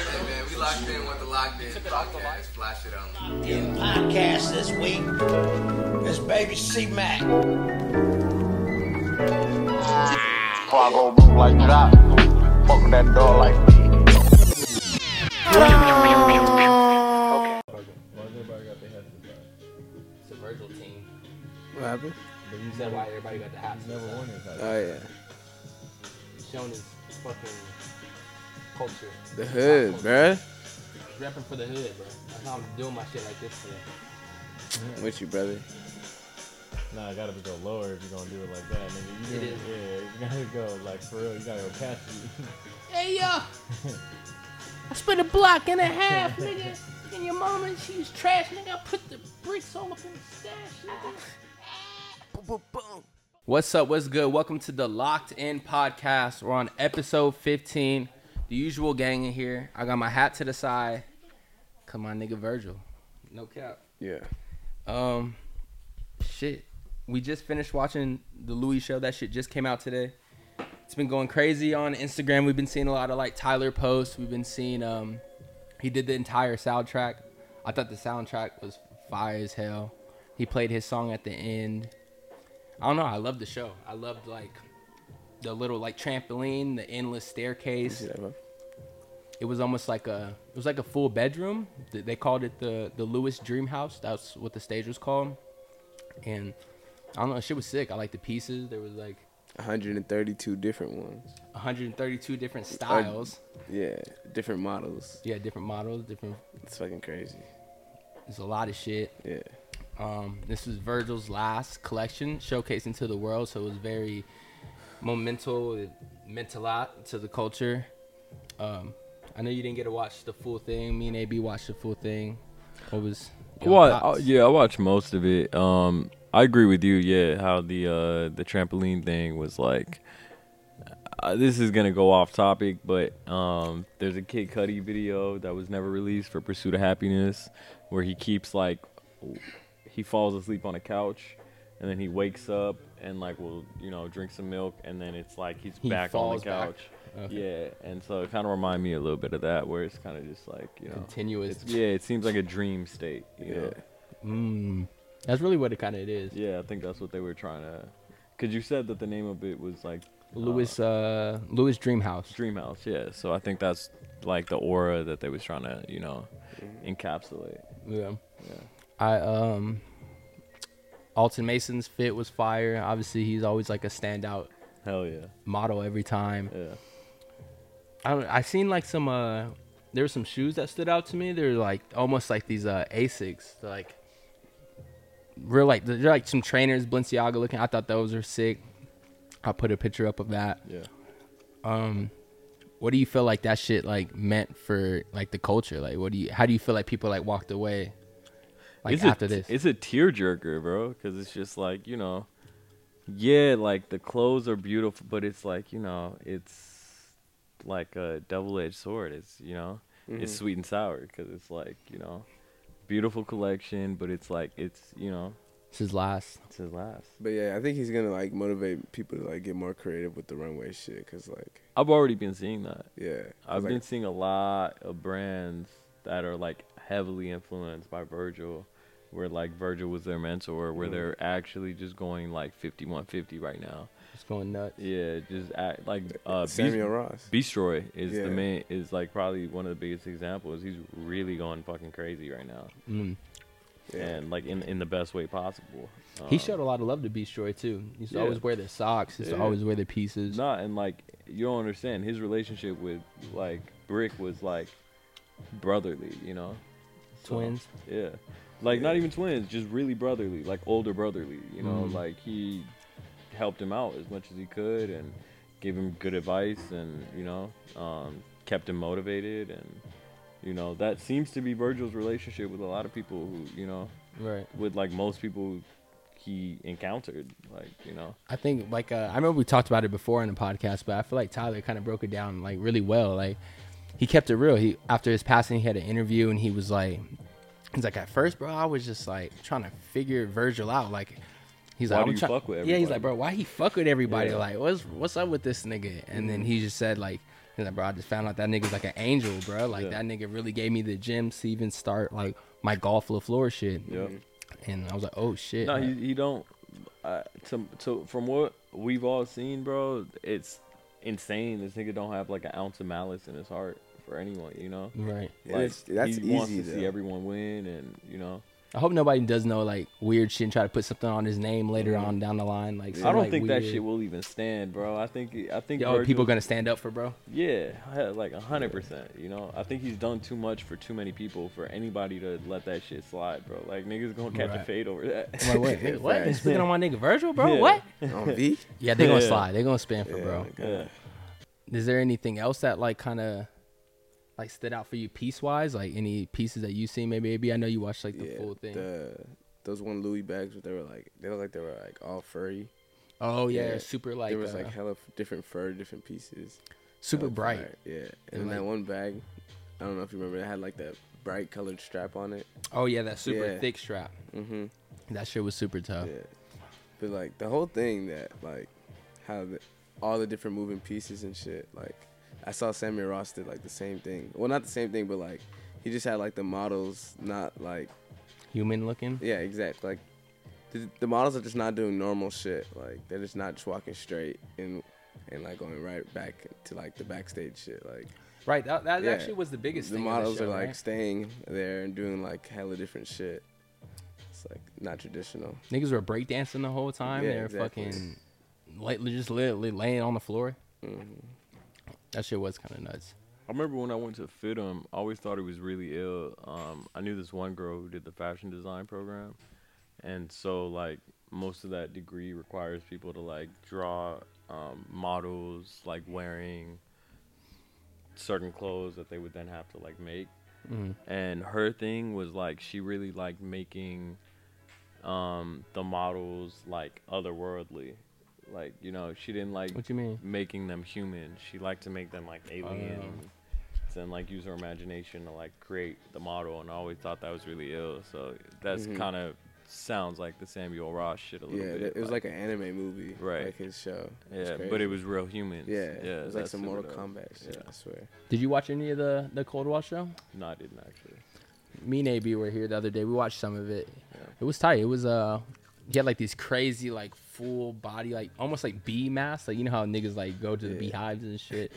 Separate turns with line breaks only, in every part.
You locked in with the locked in
Took it off the
podcast.
light.
Flash it on.
Yeah, podcast this week is Baby C Mac.
I go move like that. Fuck that door like me.
Why's everybody got their hats inside?
It's a Virgil team.
What happened?
But you
Is that why everybody got the hats?
never won his hat.
Oh yeah,
Shown his fucking culture.
the hood, bruh.
He's repping for the hood, bro. That's how I'm doing my shit like this today.
I'm with you, brother.
Nah, it gotta be go lower if you're gonna do it like that, nigga. You
It
do it, yeah. You gotta go like for real. You gotta go catch you.
Hey, yo. I spent a block and a half, nigga. And your mama, she was trash, nigga. I put the bricks all up in the stash, nigga.
What's up? What's good? Welcome to the Locked In Podcast. We're on episode 15. The usual gang in here. I got my hat to the side. Come on, nigga, Virgil. No cap.
Yeah.
Um, shit. We just finished watching the Louis show. That shit just came out today. It's been going crazy on Instagram. We've been seeing a lot of like Tyler posts. We've been seeing um, he did the entire soundtrack. I thought the soundtrack was fire as hell. He played his song at the end. I don't know. I loved the show. I loved like the little like trampoline, the endless staircase
Yeah, bro.
it was almost like a it was like a full bedroom. Th- They called it the the Lewis Dream House. That's what the stage was called. And I don't know, shit was sick. I like the pieces. There was like
132 different ones.
132 different styles.
Yeah, different models.
Yeah, different models, different.
It's fucking crazy.
There's a lot of shit.
Yeah.
Um, this was Virgil's last collection showcasing to the world, so it was very momental. It meant a lot to the culture. Um, I know you didn't get to watch the full thing. Me and AB watched the full thing. What was y'all
Well,
thoughts?
I, yeah, I watched most of it. Um, I agree with you. Yeah, how the uh, the trampoline thing was like. Uh, this is gonna go off topic, but um, there's a Kid Cudi video that was never released for Pursuit of Happiness, where he keeps like he falls asleep on a couch, and then he wakes up and like will you know drink some milk, and then it's like he's
He
back on
falls
the
back.
couch. Yeah, and so it kind of reminded me a little bit of that, where it's kind of just like you know
Continuous.
it's- yeah, it seems like a dream state. You
Yeah.
Know?
Mm, that's really what it kind of is.
Yeah, I think that's what they were trying to. Because you said that the name of it was like
Lewis, uh, Lewis Dreamhouse.
Dream House, yeah. So I think that's like the aura that they was trying to, you know, encapsulate.
Yeah. I um. Alton Mason's fit was fire. Obviously, he's always like a standout
Hell yeah,
model every time.
yeah.
I don't, I seen like some uh, there were some shoes that stood out to me. They're like almost like these uh Asics, They're, like real like they're like some trainers, Balenciaga looking. I thought those were sick. I put a picture up of that.
Yeah.
Um, what do you feel like that shit like meant for like the culture? Like, what do you? How do you feel like people like walked away? Like
it's
after
a,
this,
It's a tearjerker, bro, because it's just like, you know, yeah, like the clothes are beautiful, but it's like, you know, it's like a double edged sword. It's, you know, it's
Mm-hmm.
sweet and sour because it's like, you know, beautiful collection, but it's like, it's, you know,
this is last.
it's his last.
But yeah, I think he's gonna like motivate people to like get more creative with the runway shit, cause like,
I've already been seeing that.
yeah, 'Cause,
I've
like,
been seeing a lot of brands that are like heavily influenced by Virgil, where like Virgil was their mentor,
Mm-hmm.
where they're actually just going like 5150 right now.
It's going nuts.
Yeah, just act like uh,
Samuel Ross.
Beast Roy is
Yeah.
the main is like probably one of the biggest examples. He's really going fucking crazy right now,
Mm.
yeah.
and like in in the best way possible.
He
Um,
showed a lot of love to Beast Troy too. He used to
yeah.
always wear their socks. He used to
Yeah.
always wear their pieces.
Nah, and like you don't understand his relationship with like Brick was like brotherly, you know. So,
Twins.
yeah, like not
Yeah.
even twins, just really brotherly, like older brotherly. You know,
Mhm.
like he helped him out as much as he could and gave him good advice, and you know, um, kept him motivated, and you know that seems to be Virgil's relationship with a lot of people who you know,
Right.
with like most people he encountered, like you know.
I think like uh, I remember we talked about it before in the podcast, but I feel like Tyler kind of broke it down like really well. Like he kept it real. He after his passing, he had an interview and he was like, he's like at first, bro, I was just like trying to figure Virgil out. Like he's
Why
like,
do
I'm
you
try-
fuck with
Yeah, he's
everybody?
like, bro, why he fuck with everybody?
Yeah. Mm-hmm.
Like what's what's up with this nigga? And then he just said like He's like, bro, I just found out that nigga's like an angel, bro. Like
Yeah.
that nigga really gave me the gems to even start like my golf LaFleur shit.
Yep.
And I was like, oh shit.
No,
like,
he, he don't. Uh, to, to from what we've all seen, bro, it's insane. This nigga don't have like an ounce of malice in his heart for anyone. You know,
right.
And it's- that's
he wants
easy,
to
though.
see everyone win, and you know,
I hope nobody does know like weird shit and try to put something on his name later on down the line. Like some,
I don't
like,
think that
weird-
shit will even stand, bro. I think I think
Yo, are people
Virgil-
gonna stand up for bro?
yeah, I- like hundred percent. You know, I think he's done too much for too many people for anybody to let that shit slide, bro. Like niggas gonna catch a
Right.
fade over
I'm
that.
like, wait, nigga, what?
Right.
Speaking on my nigga Virgil, bro?
Yeah.
What?
On V? Oh
Yeah, they're gonna
Yeah.
slide. They're gonna spin for bro.
yeah.
Is there anything else that like kind of like stood out for you piece wise? Like any pieces that you seen? Maybe, maybe I know you watched like the
yeah,
full thing.
the- those one Louis bags, but they were like they look like they were like all furry.
oh yeah,
yeah.
super like,
there was
uh,
like hella f- different fur, different pieces.
super
Hella
bright.
fire, Yeah, and,
And,
then that
like-
one bag, I don't know if you remember, it had like that bright colored strap on it.
Oh yeah, that super
Yeah.
thick strap.
Mm-hmm.
That shit was super tough.
Yeah, but like the whole thing that like how the, all the different moving pieces and shit. Like I saw Sammy Ross did like the same thing. Well, not the same thing, but like he just had like the models not like
Human looking.
Yeah, exact. Like the, the models are just not doing normal shit. Like they're just not just walking straight and and like going right back to like the backstage shit. Like
Right. That, that
Yeah.
actually was the biggest.
the
thing of
models
show,
are like
right?
staying there and doing like hella different shit. It's like not traditional.
niggas were breakdancing the whole time.
Yeah,
they were
exactly.
fucking like just literally laying on the floor.
Mm-hmm.
That shit was kind of nuts.
I remember when I went to fit him, I always thought he was really ill. Um, I knew this one girl who did the fashion design program, and so like most of that degree requires people to like draw um, models like wearing certain clothes that they would then have to like make. And her thing was like she really liked making um, the models like otherworldly. Like you know, she didn't like
What you mean?
making them human. She liked to make them like aliens and like use her imagination to like create the model. And I always thought that was really ill. So that's kind of sounds like the Samuel Ross shit a little
Mm-hmm. Yeah,
bit.
it was like an anime movie.
Right.
Like his show. It's
yeah, but
crazy.
it was real humans.
Yeah,
yeah,
it was like
that's
some
super
Mortal
dope.
Kombat shit. I swear.
Did you watch any of the the Cold War show?
No, I didn't actually.
me and AB were here the other day. We watched some of it. It was tight. It was uh, he had like these crazy like full body like almost like bee masks. Like you know how niggas like go to the
Yeah. Mm-hmm.
beehives and shit.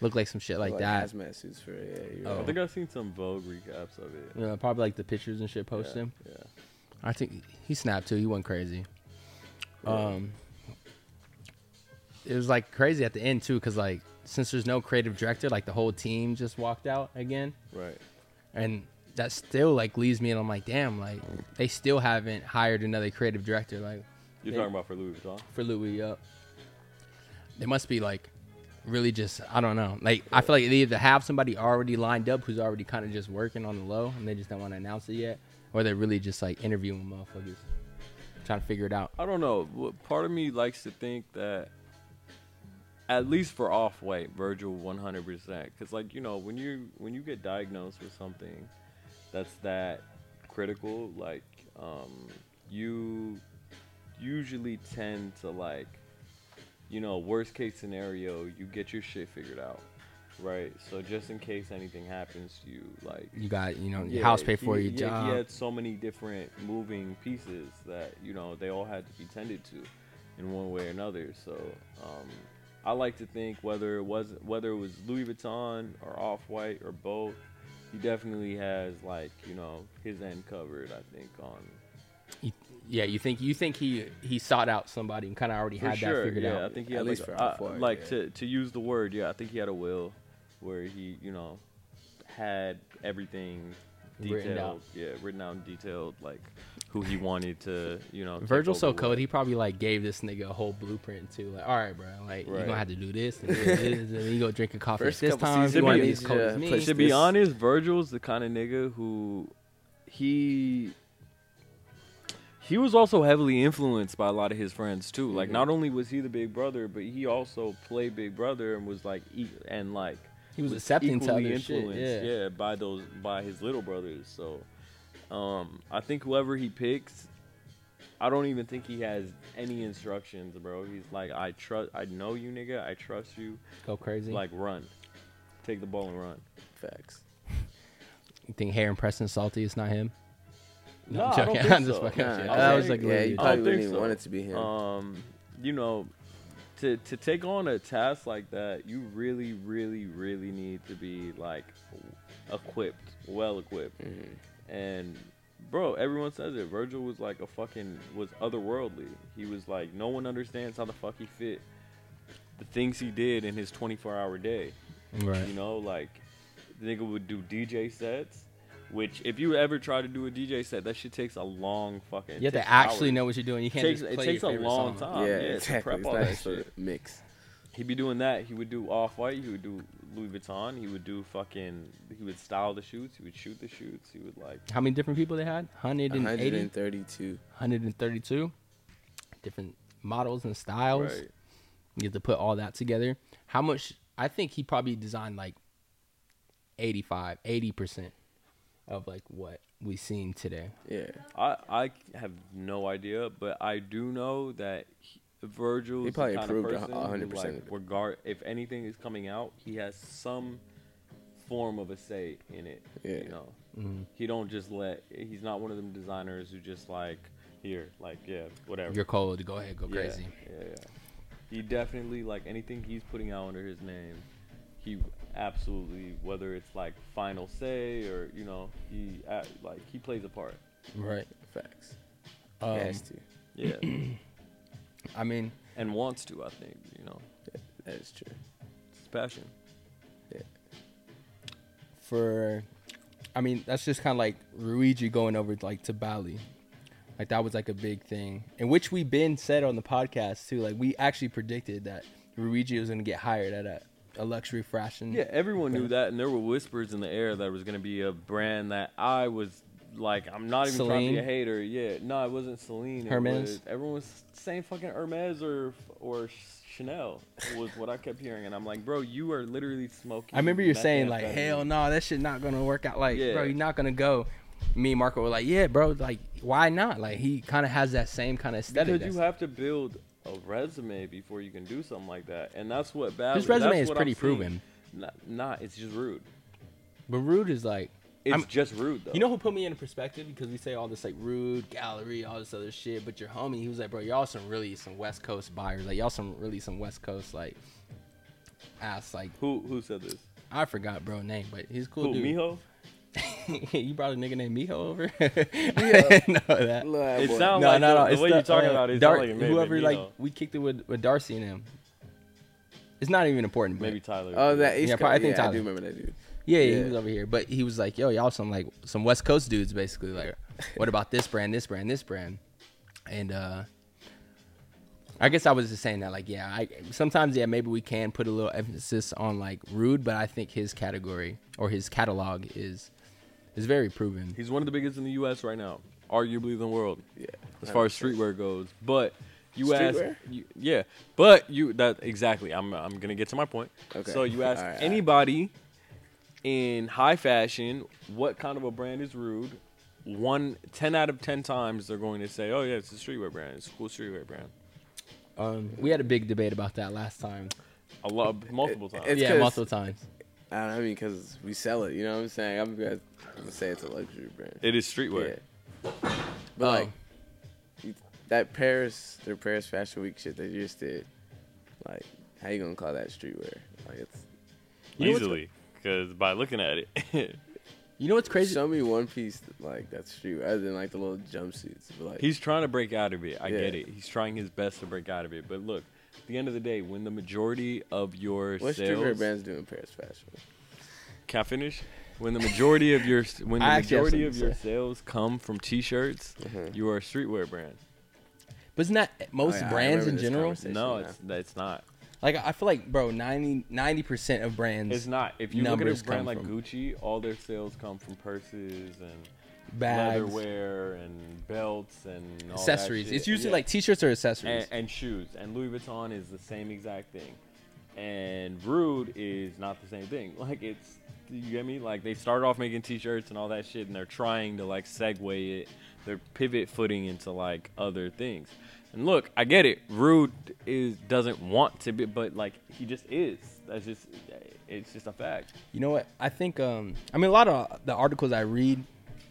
Look like some shit like,
Like
that.
hazmat suits for yeah. You're
Oh.
I think I've seen some Vogue recaps of it.
You know, probably like the pictures and shit posted. him.
Yeah.
I think he snapped too. He went crazy. Um, it was like crazy at the end too, cause like since there's no creative director, like the whole team just walked out again.
Right.
and that still like leaves me and I'm like, damn, like they still haven't hired another creative director like
You're
They-
talking about for Louis Vuitton?
for Louis up. They must be like really just I don't know. Like I feel like they either have somebody already lined up who's already kind of just working on the low and they just don't want to announce it yet, or they're really just like interviewing motherfuckers trying to figure it out.
I don't know. What- Part of me likes to think that, at least for off white, Virgil 100%. Because like you know, when you when you get diagnosed with something that's that critical, like um, you usually tend to like, you know, worst case scenario, you get your shit figured out, right? So just in case anything happens to you, like
You got you know your house paid for,
he,
your
yeah,
job.
He had so many different moving pieces that you know they all had to be tended to, in one way or another. So um, I like to think whether it was whether it was Louis Vuitton or Off White or both, he definitely has like you know his end covered. I think on
You- yeah, you think you think he he sought out somebody and kind of already
for
had that
sure.
figured
Yeah,
out.
I think he
At
had
least
like,
for
uh,
Off-White,
like
yeah.
to to use the word. Yeah, I think he had a will where he you know had everything detailed.
Written out.
Yeah, written out and detailed like who he wanted to you know. take
Virgil so
over
cold,
with.
he probably like gave this nigga a whole blueprint too. Like, all right, bro, like you're
Right.
gonna have to do this, and do this, and then you go drink a coffee
First
at this
couple
time.
seasons,
You wanna
you
be as
need
cold
to
as me.
place
To be
this-
honest, Virgil's the kind of nigga who he he was also heavily influenced by a lot of his friends too.
Mm-hmm.
Like not only was he the big brother, but he also played big brother and was like e- and like
He was accepting to
equally
other shit, yeah.
by those by his little brothers. So um I think whoever he picks I don't even think he has any instructions, bro. He's like, I trust, I know you, nigga. I trust you.
Go crazy.
Like, run. take the ball and run.
Facts.
You think Heron Preston Salty is not him?
No,
I'm
I don't
joking.
think
I'm just
so.
fucking
Nah,
with you.
I
That
don't
was like
think-
yeah,
literally-
you
I don't
probably wouldn't
think
even
so.
want it to be him.
um, you know, to to take on a task like that, you really, really, really need to be like equipped, well equipped,
Mm-hmm.
and bro, everyone says it. Virgil was like a fucking was otherworldly. He was like no one understands how the fuck he fit the things he did in his 24 hour day. You
right.
know, like the nigga would do DJ sets. Which, if you ever try to do a DJ set, that shit takes a long fucking.
You have
takes
to actually
hours
know what you're doing. You can't
takes,
just
it
play
takes a
your favorite
long
song.
time.
yeah,
to
exactly.
prep
It's
all
not
that
just a
shit.
mix.
He'd be doing that. He would do off white. He would do Louis Vuitton. He would do fucking. He would style the shoots. He would shoot the shoots. He would like.
How many different people they had? 180,
132.
132 different models and styles.
Right.
You have to put all that together. How much? I think he probably designed like 85, 80% of like what we seen today.
Yeah.
I I have no idea, but I do know that he, Virgil.
He
is the
probably
kind of
approved a-
person
a hundred
who,
percent
like,
of it.
Regard if anything is coming out, he has some form of a say in it.
Yeah.
You know, he don't just let. He's not one of them designers who just like here, like yeah, whatever.
You're cold. Go ahead. Go
Yeah,
crazy.
Yeah, yeah. He definitely like anything he's putting out under his name, he absolutely whether it's like final say or you know he uh, like he plays a part.
Right.
Facts.
Um,
he has to.
Yeah,
I mean,
and wants to. I think you know
That is true.
it's his passion.
for I mean, that's just kind of like Luigi going over like to Bali. Like that was like a big thing. And which we been said on the podcast too. Like we actually predicted that Luigi was going to get hired at a, a luxury fashion.
Yeah, everyone knew that, and there were whispers in the air that it was gonna be a brand that I was like, I'm not even trying to be a
Celine?
hater. Yeah, no, it wasn't Celine. it
Hermes?
was- everyone was saying fucking Hermes or or Chanel was what I kept hearing, and I'm like, bro, you are literally smoking.
I remember you saying like,
methamphetamine."
"Hell no, that shit not gonna work out." Like,
Yeah.
bro, you're not gonna go. Me and Marco were like, "Yeah, bro, like, why not?" Like, he kind of has that same kind of aesthetic.
because you
that's-
have to build a resume before you can do something like that, and that's what bad.
His resume
that's
is
what
pretty
I'm seeing.
proven.
Not, not, it's just rude.
but Rude is like,
It's
I'm-
just rude though.
You know who put me into perspective because we say all this like rude gallery, all this other shit. But your homie, he was like, bro, y'all some really some West Coast buyers, like y'all some really some West Coast like ass. Like
who who said this?
I forgot bro name, but he's a cool
Who
dude.
Miho?
you brought a nigga named Miho over. I didn't know that.
Look, that
It
boy.
sounds
No,
like
no, no.
the,
it's
the way
the,
you're talking
uh,
about it. it sound
Dar-
like it may have
whoever
been
like
Miho.
we kicked it with, with Darcy and him. It's not even important. but-
Maybe Tyler.
Oh, that East
Yeah,
yeah,
probably- I think
yeah, I
Tyler.
do remember that dude.
Yeah, yeah,
Yeah.
he was over here, but he was like, "Yo, y'all some like some West Coast dudes, basically. Like, what about this brand, this brand, this brand?" And uh I guess I was just saying that, like, yeah, I sometimes yeah, maybe we can put a little emphasis on like rude, but I think his category or his catalog is is very proven.
He's one of the biggest in the U.S. right now, arguably in the world,
Yeah.
as far as streetwear goes. But you
Streetwear?
ask, you, yeah, but you that exactly. I'm I'm gonna get to my point.
Okay.
So you ask
All right, all right.
anybody in high fashion what kind of a brand is rude. One 10 out of ten times they're going to say, "Oh yeah, it's a streetwear brand. It's a cool streetwear brand."
Um, we had a big debate about that last time.
I love multiple times.
It's
yeah,
'cause-
multiple times.
I don't know, I mean, because we sell it. You know what I'm saying? I'm gonna, I'm gonna say it's a luxury brand.
it is streetwear.
Yeah. But like you- that Paris, their Paris Fashion Week shit they just did. Like, how you gonna call that streetwear? Like, it's
Easily, because by looking at it,
You know what's crazy?
show me one piece like that's streetwear, other than like the little jumpsuits. But like,
He's trying to break out of it. I
Yeah.
get it. He's trying his best to break out of it. But look, at the end of the day, when the majority of your
what streetwear
sales,
brands doing Paris Fashion? Week?
can I finish? When the majority of your when the
I actually have
majority of
something to
your
say. Mm-hmm.
sales come from T-shirts, you are a streetwear brand.
But isn't that most
Oh, yeah, I
brands
remember
in
this
general?
conversation.
No,
now.
it's that's not.
Like, I feel like, bro, 90 percent of brands
It's not. If you look at
Numbers
a brand
come
like
from-
Gucci, all their sales come from purses and
bags.
leatherware and belts and all that
accessories.
shit.
It's usually
Yeah.
like t-shirts or accessories.
and, and shoes. And Louis Vuitton is the same exact thing. And Rude is not the same thing. Like it's you get me? Like they started off making t-shirts and all that shit and they're trying to like segue it, their pivot footing into like other things. And look, I get it. Rude is doesn't want to be but like he just is. That's just It's just a fact.
You know what? I think um I mean a lot of the articles I read,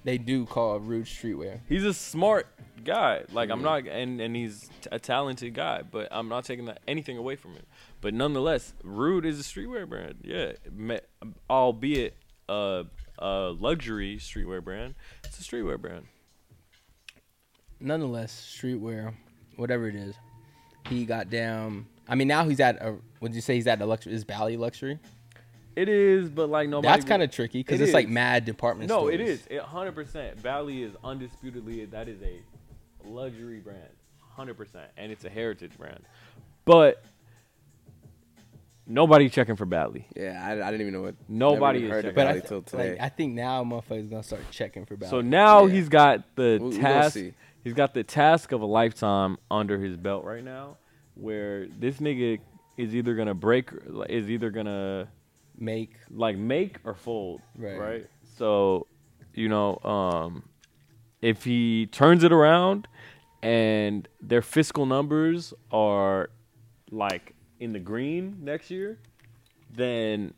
they do call rude streetwear.
He's a smart guy. Like I'm not, and and he's t- a talented guy. But I'm not taking that, anything away from him. But nonetheless, Rude is a streetwear brand. Yeah, Me- albeit a a luxury streetwear brand. It's a streetwear brand.
Nonetheless, streetwear, whatever it is, he got down. I mean, now he's at a. Would you say he's at a luxury? Is Bally luxury?
It is, but like nobody.
That's kind of tricky because
It
it's like
is.
mad department.
No,
stores.
it is. It hundred percent. Valley is undisputedly that is a luxury brand, hundred percent, and it's a heritage brand. But nobody checking for Valley.
Yeah, I, I didn't even know what.
Nobody
never even
is
heard
checking
of
But
But I,
Bally till
like,
today.
I think now motherfuckers gonna start checking for Bally.
So now
Yeah.
he's got the
We- we gonna
task.
see.
He's got the task of a lifetime under his belt right now, where this nigga is either gonna break, is either gonna
make
like make or fold,
Right.
right? So, you know, um, if he turns it around and their fiscal numbers are like in the green next year, then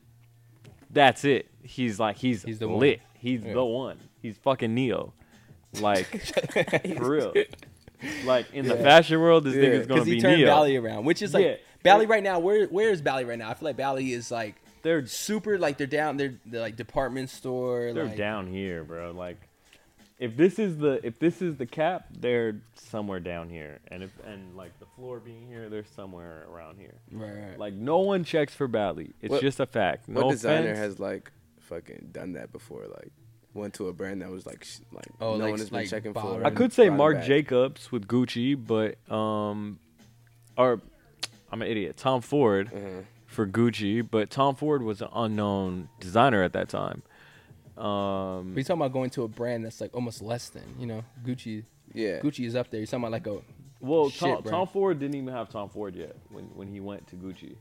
that's it. He's like he's,
He's the one.
lit. He's
Yeah.
the one. He's fucking Neo. Like for real. Like in the fashion world, this
Yeah.
nigga's gonna
because he
be
turned
Neo.
Bally around, which is like
Yeah.
Bally right now. Where where is Bally right now? I feel like Bally is like
They're
super like they're down. They're, they're like department store.
They're
like,
down here, bro. Like, if this is the if this is the cap, they're somewhere down here, and if and like the floor being here, they're somewhere around here.
Right, right.
Like no one checks for Bally. It's
What-
just a fact. No
what designer
offense.
has like fucking done that before? Like went to a brand that was like sh- like
Oh,
no
like-
one has been
like
checking
Bob-
for.
I could say
Brought it
Marc
back.
Jacobs with Gucci, but um, or I'm an idiot. Tom Ford
Mm-hmm.
for Gucci, but Tom Ford was an unknown designer at that time. Um,
But you're talking about going to a brand that's like almost less than, you know, Gucci.
Yeah.
Gucci is up there. You're talking about like a
Well,
shit,
Tom,
bro.
Tom Ford didn't even have Tom Ford yet when, when he went to Gucci.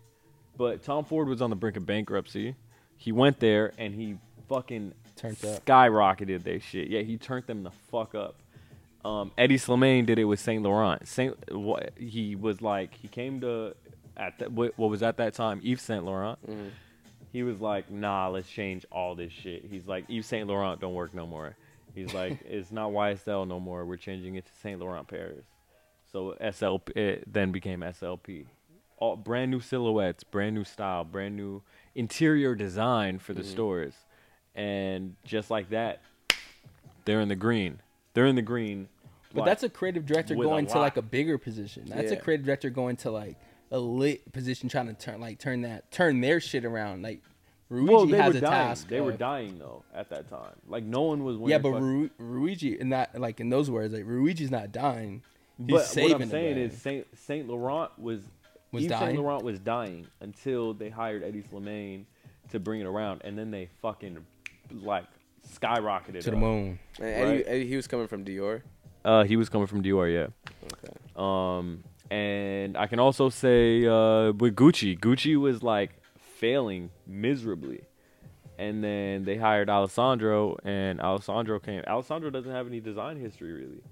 But Tom Ford was on the brink of bankruptcy. He went there and he fucking
Turned up.
skyrocketed their shit. Yeah, he turned them the fuck up. Um, Eddie Slimane did it with Saint Laurent. Saint, wha- he was like he came to at the, what what was at that time Yves Saint Laurent. He was like, nah, let's change all this shit. He's like, Yves Saint Laurent don't work no more. He's like, it's not YSL no more. We're changing it to Saint Laurent Paris. So SLP it then became SLP. All brand new silhouettes, brand new style, brand new interior design for the stores. And just like that, they're in the green. They're in the green.
But
Like,
that's a creative director
with a
going to
lot.
like a bigger position. That's a
Yeah.
creative director going to like a lit position trying to turn like turn that turn their shit around. Like Ruigi
well, they
has
were
a
dying.
task.
They were
of-
dying though at that time. Like no one was winning.
Yeah, but
fuck-
Ru- Ruigi and that like in those words, like Ruigi's not dying. He's
but
saving
what I'm
the
saying
brand.
is Saint Saint Laurent was
Was
Yves
dying?
Saint Laurent was dying until they hired Eddie Slimane to bring it around, and then they fucking like skyrocketed
to the
up.
moon.
And Eddie,
Right.
Eddie- he was coming from Dior.
Uh, he was coming from Dior, yeah.
Okay.
Um, and I can also say uh, with Gucci, Gucci was like failing miserably, and then they hired Alessandro, and Alessandro came. Alessandro doesn't have any design history really.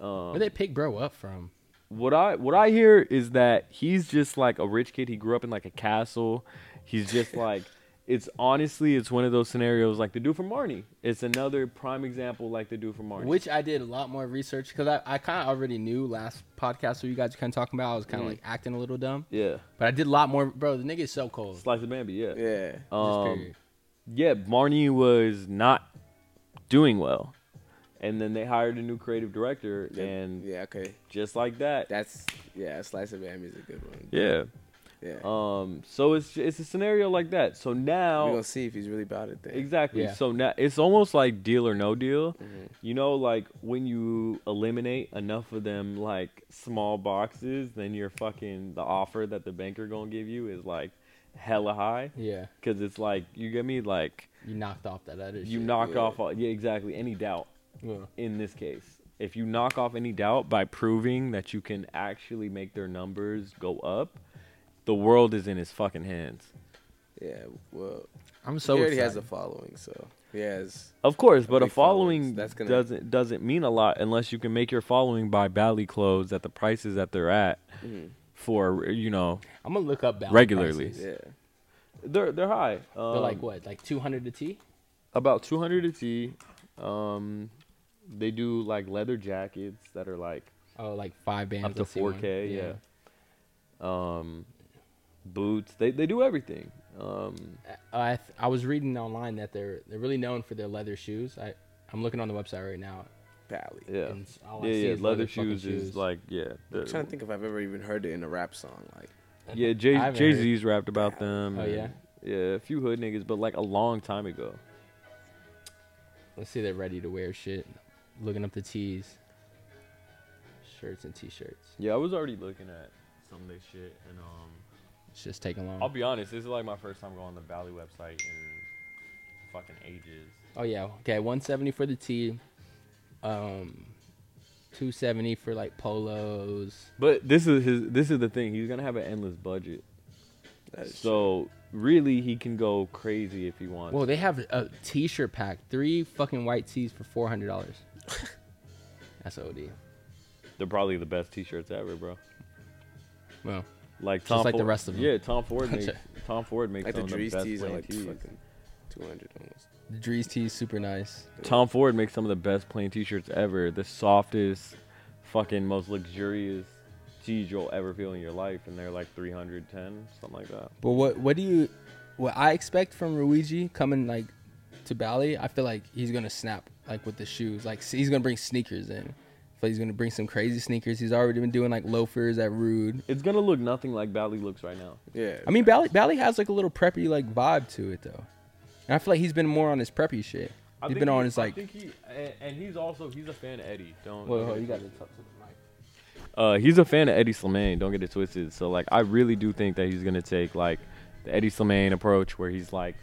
Um,
Where they pick bro up from?
What I what I hear is that he's just like a rich kid. He grew up in like a castle. He's just like it's honestly it's one of those scenarios like the dude from Marnie. It's another prime example like the dude from Marnie.
Which I did a lot more research because I, I kind of already knew last podcast where you guys were kind of talking about. I was kind of
Mm.
like acting a little dumb.
yeah,
But I did a lot more, bro. The nigga is so cold.
slice of Bambi. Yeah,
Yeah.
Just
Um,
period.
yeah, Marnie was not doing well. And then they hired a new creative director,
Yeah,
and
yeah, okay.
just like that,
That's yeah. Slice of Miami is a good one.
yeah.
Yeah.
Um, so it's it's a scenario like that. So
We're
now,
gonna see if he's really about it then.
exactly.
Yeah. Mm-hmm.
So now it's almost like deal or no deal. You know, like when you eliminate enough of them, like small boxes, then you're fucking the offer that the banker gonna give you is like hella high.
yeah,
Cause it's like you get me, like
you knocked off that other. shit.
you knock
yeah.
off all, yeah, exactly. Any doubt,
Yeah.
in this case. If you knock off any doubt by proving that you can actually make their numbers go up, the world is in his fucking hands.
Yeah. Well,
I'm so
he already
excited.
has a following, so he has.
Of course, but a
big following,
following
so that's gonna-
doesn't doesn't mean a lot unless you can make your following by bally clothes at the Mm-hmm. prices that they're at for you know
I'm gonna look up Bally
regularly.
prices.
Yeah.
They're they're high. Um,
They're like what, like 200 a T?
about 200 a tea. Um, they do like leather jackets that are like
Oh, like five bands.
up to
let's see one.
4K. Yeah. Um, boots. They they do everything. Um,
Uh, I th- I was reading online that they're they're really known for their leather shoes. I I'm looking on the website right now.
Pally.
yeah.
And s- all I
yeah,
see
yeah.
is leather
Leather
fucking
shoes,
shoes.
is like yeah. the-
I'm trying to think if I've ever even heard it in a rap song. Like,
yeah,
I
Jay
haven't
Jay Z's rapped about them.
Oh,
and-
yeah?
Yeah, a few hood niggas, but like a long time ago.
Let's see, they're ready to wear shit. Looking up the tees, shirts and t-shirts.
Yeah, I was already looking at some of this shit, and um,
It's just taking long.
I'll be honest, this is like my first time going on the Valley website in fucking ages.
Oh yeah. Okay, 170 for the tee. Um 270 for like polos.
But this is his. This is the thing. He's gonna have an endless budget,
that is
so really he can go crazy if he wants.
Whoa, they have a t-shirt pack. Three fucking white tees for $400. That's OD.
They're probably the best T-shirts ever, bro.
Well,
Like
Just
Tom
like the
Ford-
rest of 'em.
Yeah, Tom Ford makes Tom Ford makes
like the
some of
Drees
best
tees are
plain
like
tees.
fucking 200 almost.
the Drees tee is super nice.
Tom Ford makes some of the best plain T-shirts ever. The softest, fucking most luxurious tees you'll ever feel in your life, and they're like 310, something like that.
But what what do you what I expect from Luigi coming like to Bali? I feel like he's gonna snap like with the shoes. Like s- he's gonna bring sneakers in. I feel he's gonna bring some crazy sneakers. He's already been doing like loafers at Rude.
It's gonna look nothing like Bally looks right now.
Yeah.
I mean, Bally Bally has like a little preppy like vibe to it though, and I feel like he's been more on his preppy shit.
I
he's
think
been on
he-
his
I
like.
think he, and, and he's also he's a fan of Eddie. Don't.
Whoa,
don't
whoa,
get
you
it
got
twisted.
to talk to the mic.
Uh, he's a fan of Eddie Slimane. Don't get it twisted. So like, I really do think that he's gonna take like the Eddie Slimane approach, where he's like,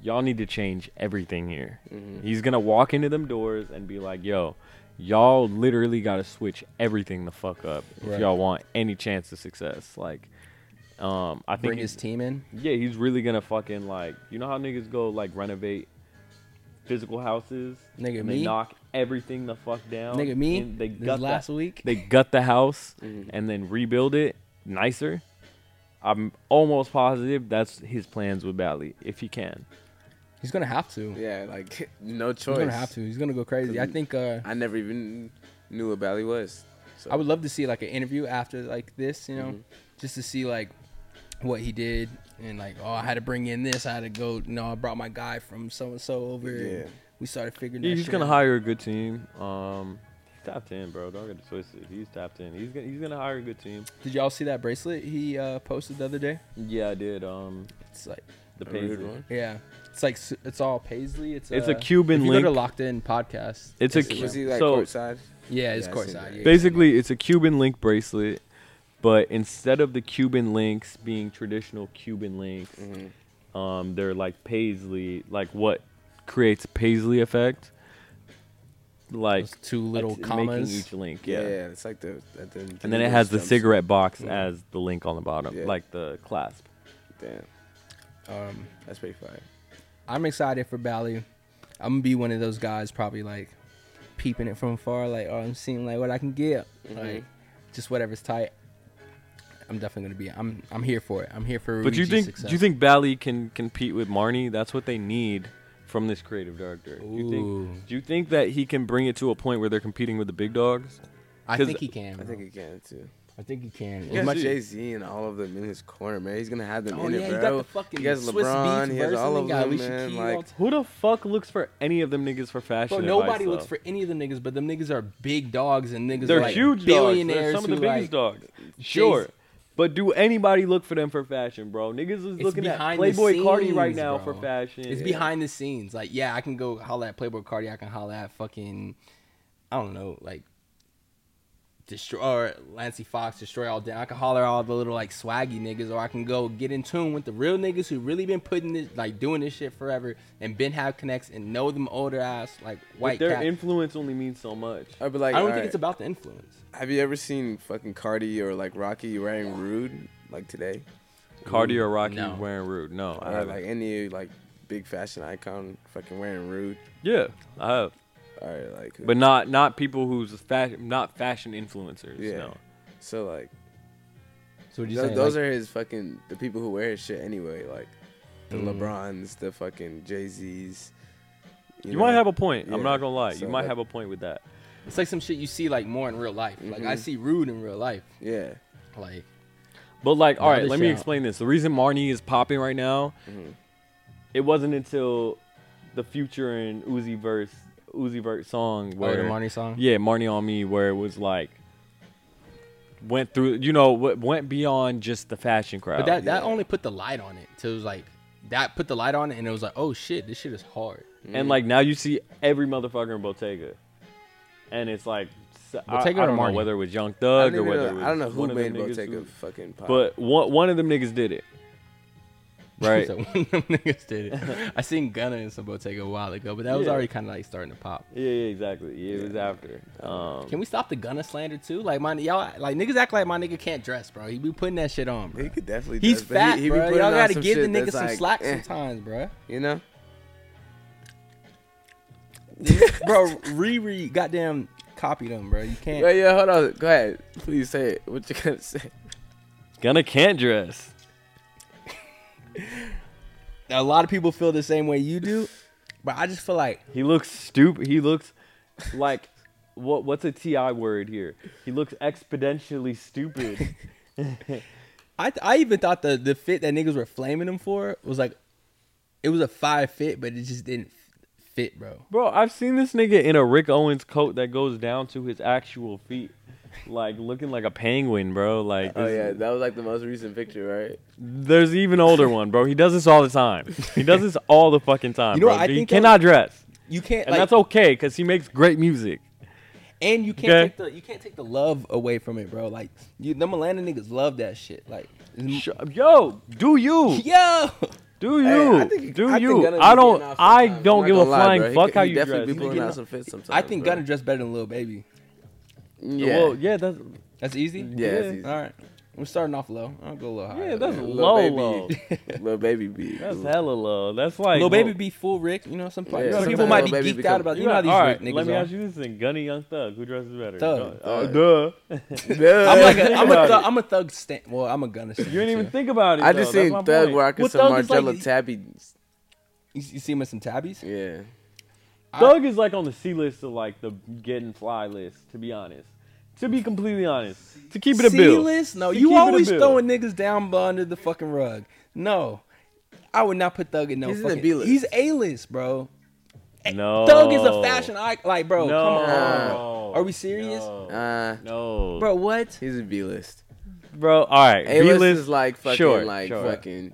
y'all need to change everything here.
Mm-hmm.
He's gonna walk into them doors and be like, yo, y'all literally gotta switch everything the fuck up if
Right.
y'all want any chance of success. Like, um, I think
Bring
he-
his team in.
yeah, he's really gonna fucking like you know how niggas go like renovate physical houses.
Nigga,
and they
me?
knock everything the fuck down.
Nigga, me,
and Oh, They
this
gut the-
last week? Mm-hmm.
They gut the house and then rebuild it nicer. I'm almost positive that's his plans with Bally if he can.
He's gonna have to.
yeah, like, no
He's
choice.
gonna have to. He's gonna go crazy. I think. uh
I never even knew what Bally was. So
I would love to see like an interview after like this, you know, just to see like what he did and like oh I had to bring in this, I had to go, you know, I brought my guy from so and so over.
Yeah.
And we started figuring.
He's
that
just
shit
gonna
out.
hire a good team. Um, he's tapped in, bro. Don't get it twisted. He's tapped in. He's gonna he's gonna hire a good team.
Did y'all see that bracelet he uh, posted the other day?
Yeah, I did. Um,
It's like
the
A rude
Paisley.
one?
yeah, it's like s- it's all paisley. It's
It's
uh,
a Cuban
If you go to
link.
Locked In podcast.
It's a
was he
cu-
like
so-
courtside?
yeah, it's
Yeah, I seen that.
courtside. yeah.
Basically, it's a Cuban link bracelet, but instead of the Cuban links being traditional Cuban links, um, they're like paisley, like what creates paisley effect, like
Those two little
that's
commas.
making each link,
Yeah.
yeah.
it's like the. At the
And then it has the
jumps.
cigarette box as the link on the bottom,
Yeah.
like the clasp.
Damn,
um,
that's pretty fire.
I'm excited for Bally. I'm gonna be one of those guys, probably like peeping it from afar, like oh, I'm seeing like what I can get,
Mm-hmm.
like just whatever's tight. I'm definitely gonna be. I'm I'm here for it. I'm here for.
But do you
Luigi's
think
success.
do you think Bally can compete with Marnie? That's what they need from this creative director. Do you
Ooh.
think do you think that he can bring it to a point where they're competing with the big dogs?
I
'cause
think he can.
I
bro.
Uh-huh.
think he can too.
I think he can.
He
As much
has
as-
Jay Z and all of them in his corner, man. He's gonna have them
Oh
in
yeah,
it,
he
bro.
got the fucking
he has
Swiss
LeBron.
beats
he has
verse, and
all of
then got
them,
Alicia
man.
Keys, all
Like,
t-
Who the fuck looks for any of them niggas for fashion?
Bro,
advice,
nobody
though?
looks for any of the niggas, but them niggas are big dogs and niggas
They're
are like
huge dogs. They're
billionaires.
some of the
who,
biggest
like,
dogs. Sure. But do anybody look for them for fashion, bro? Niggas is
It's
looking at
behind the
Playboy Cardi
scenes,
right now
bro.
for fashion.
It's behind the scenes. Like, yeah, I can go holla at Playboy Cardi. I can holla at fucking, I don't know, like, destroy or Lancey Fox, destroy all day. I can holler at all the little like swaggy niggas, or I can go get in tune with the real niggas who really been putting this, like, doing this shit forever and been have connects and know them older ass like
But
white.
their
Cat.
influence only means so much.
I'd be like,
I don't
all
think
right,
it's about the influence.
Have you ever seen fucking Cardi or like Rocky wearing Rude like today,
Cardi or Rocky
no.
wearing rude. No, I
or
haven't.
like any like big fashion icon fucking wearing Rude?
yeah, I have.
All right, like,
But not not people who's fashion not fashion influencers.
Yeah.
No.
so like
So what you
those,
saying?
those
like,
are his fucking the people who wear his shit anyway. Like the
Mm.
LeBrons, the fucking Jay Z's.
You might have a point. I'm
Yeah.
not gonna lie. You
So,
might
like-
have a point with that.
It's like some shit you see like more in real life. Like
Mm-hmm.
I see Rude in real life.
yeah.
Like
But like, all right,
Another
let me
shout.
explain this. The reason Marnie is popping right now, it wasn't until the future and Uzi verse Uzi Vert song
oh,
where
the Marnie song.
yeah, Marnie on me, where it was like went through, you know, w- went beyond just the fashion crowd.
But that that
yeah.
only put the light on it. So it was like that put the light on it, and it was like, oh shit, this shit is hard.
and like now you see every motherfucker in Bottega, and it's like s- I,
Bottega
I
or
don't know
Marnie?
whether it was Young
I
Thug
don't,
or
even
whether it
know,
was
I don't know who
one of them
made
niggas
Bottega
who-
fucking pop.
But one one of them niggas did it, right?
So one of them niggas did it. I seen Gunna in some Bottega a while ago, but that was
Yeah.
already kind of like starting to pop.
Yeah, yeah, exactly. Yeah, it was after. Um,
Can we stop the Gunna slander too? Like my y'all like niggas act like my nigga can't dress, bro. He be putting that shit on, bro.
he could definitely.
He's
does, but
fat,
he, he be
bro.
putting
Y'all
out
gotta
some
give the
shit
nigga
that's
some
like,
slack
eh,
sometimes, bro.
You know.
bro, Riri, goddamn, copied him, bro. You can't.
Wait, yeah, hold on. Go ahead. Please say it. What you gonna say?
Gunna can't dress.
A lot of people feel the same way you do, but I just feel like
He looks stupid. He looks like what? What's a ti word here? He looks exponentially stupid.
I I even thought the the fit that niggas were flaming him for was like, it was a five fit, but it just didn't f- fit, bro.
Bro, I've seen this nigga in a Rick Owens coat that goes down to his actual feet. Like looking like a penguin, bro. Like
Oh
this-
yeah, that was like the most recent picture, right?
there's even older one, bro. He does this all the time. He does this all the fucking time,
You know
bro.
what I
he
think that-
cannot dress,
You can't,
and
like,
that's okay because he makes great music.
and you can't
Okay.
take the you can't take the love away from it, bro. Like, you, them Atlanta niggas love that shit. Like, it's-
Yo, do you?
yo,
Do you?
Hey, I think he-
do
I think
you?
Gunna be
I don't.
getting off
I
sometimes.
don't
I'm not
give a
gonna lie,
flying
bro. He
fuck
could-
how
he
you
definitely
dress.
Be pulling out some fits sometimes.
I think
bro.
Gunna dressed better than Lil Baby.
Yeah.
Well, yeah, that's
That's easy.
yeah. it's easy.
All right, we're starting off low. I'll go a little higher.
yeah, that's
Lil
low,
Baby.
low.
Little baby B.
That's hella low. That's like
Lil
low-
Baby be full Rick. You know, some
Yeah,
you know, people
sometimes
might be
Lil Baby
geeked
become-
out about you know how
All
these
right,
Rick
let me
niggas
ask
are.
you this thing: Gunny Young Thug, who dresses better?
Thug.
Oh, duh.
I'm like
I
a,
Think
I'm a
about
thug.
it.
I'm a thug. Stan- well, I'm a gunner. Stan
You didn't even
too.
think about it.
just
though. That's
seen
my
Thug
point.
rocking
Well,
some
Thug is like-
Margiela tabbies.
You, you see him in some tabbies.
Yeah.
Thug is like on the C list of like the getting fly list. To be honest, to be completely honest, to keep it a bill.
C-list? No,
To
you
keep it a
always
bill.
throwing niggas down under the fucking rug. No, I would not put Thug in no
He's in the
fucking.
B-list.
He's A-list, bro.
No.
Thug is a fashion icon. Like,
Oh,
bro,
No.
come on. Are we serious?
No.
Uh,
No.
Bro, what?
he's a B list.
Bro, all right.
A list
B-list-
is like fucking
sure,
like
sure.
fucking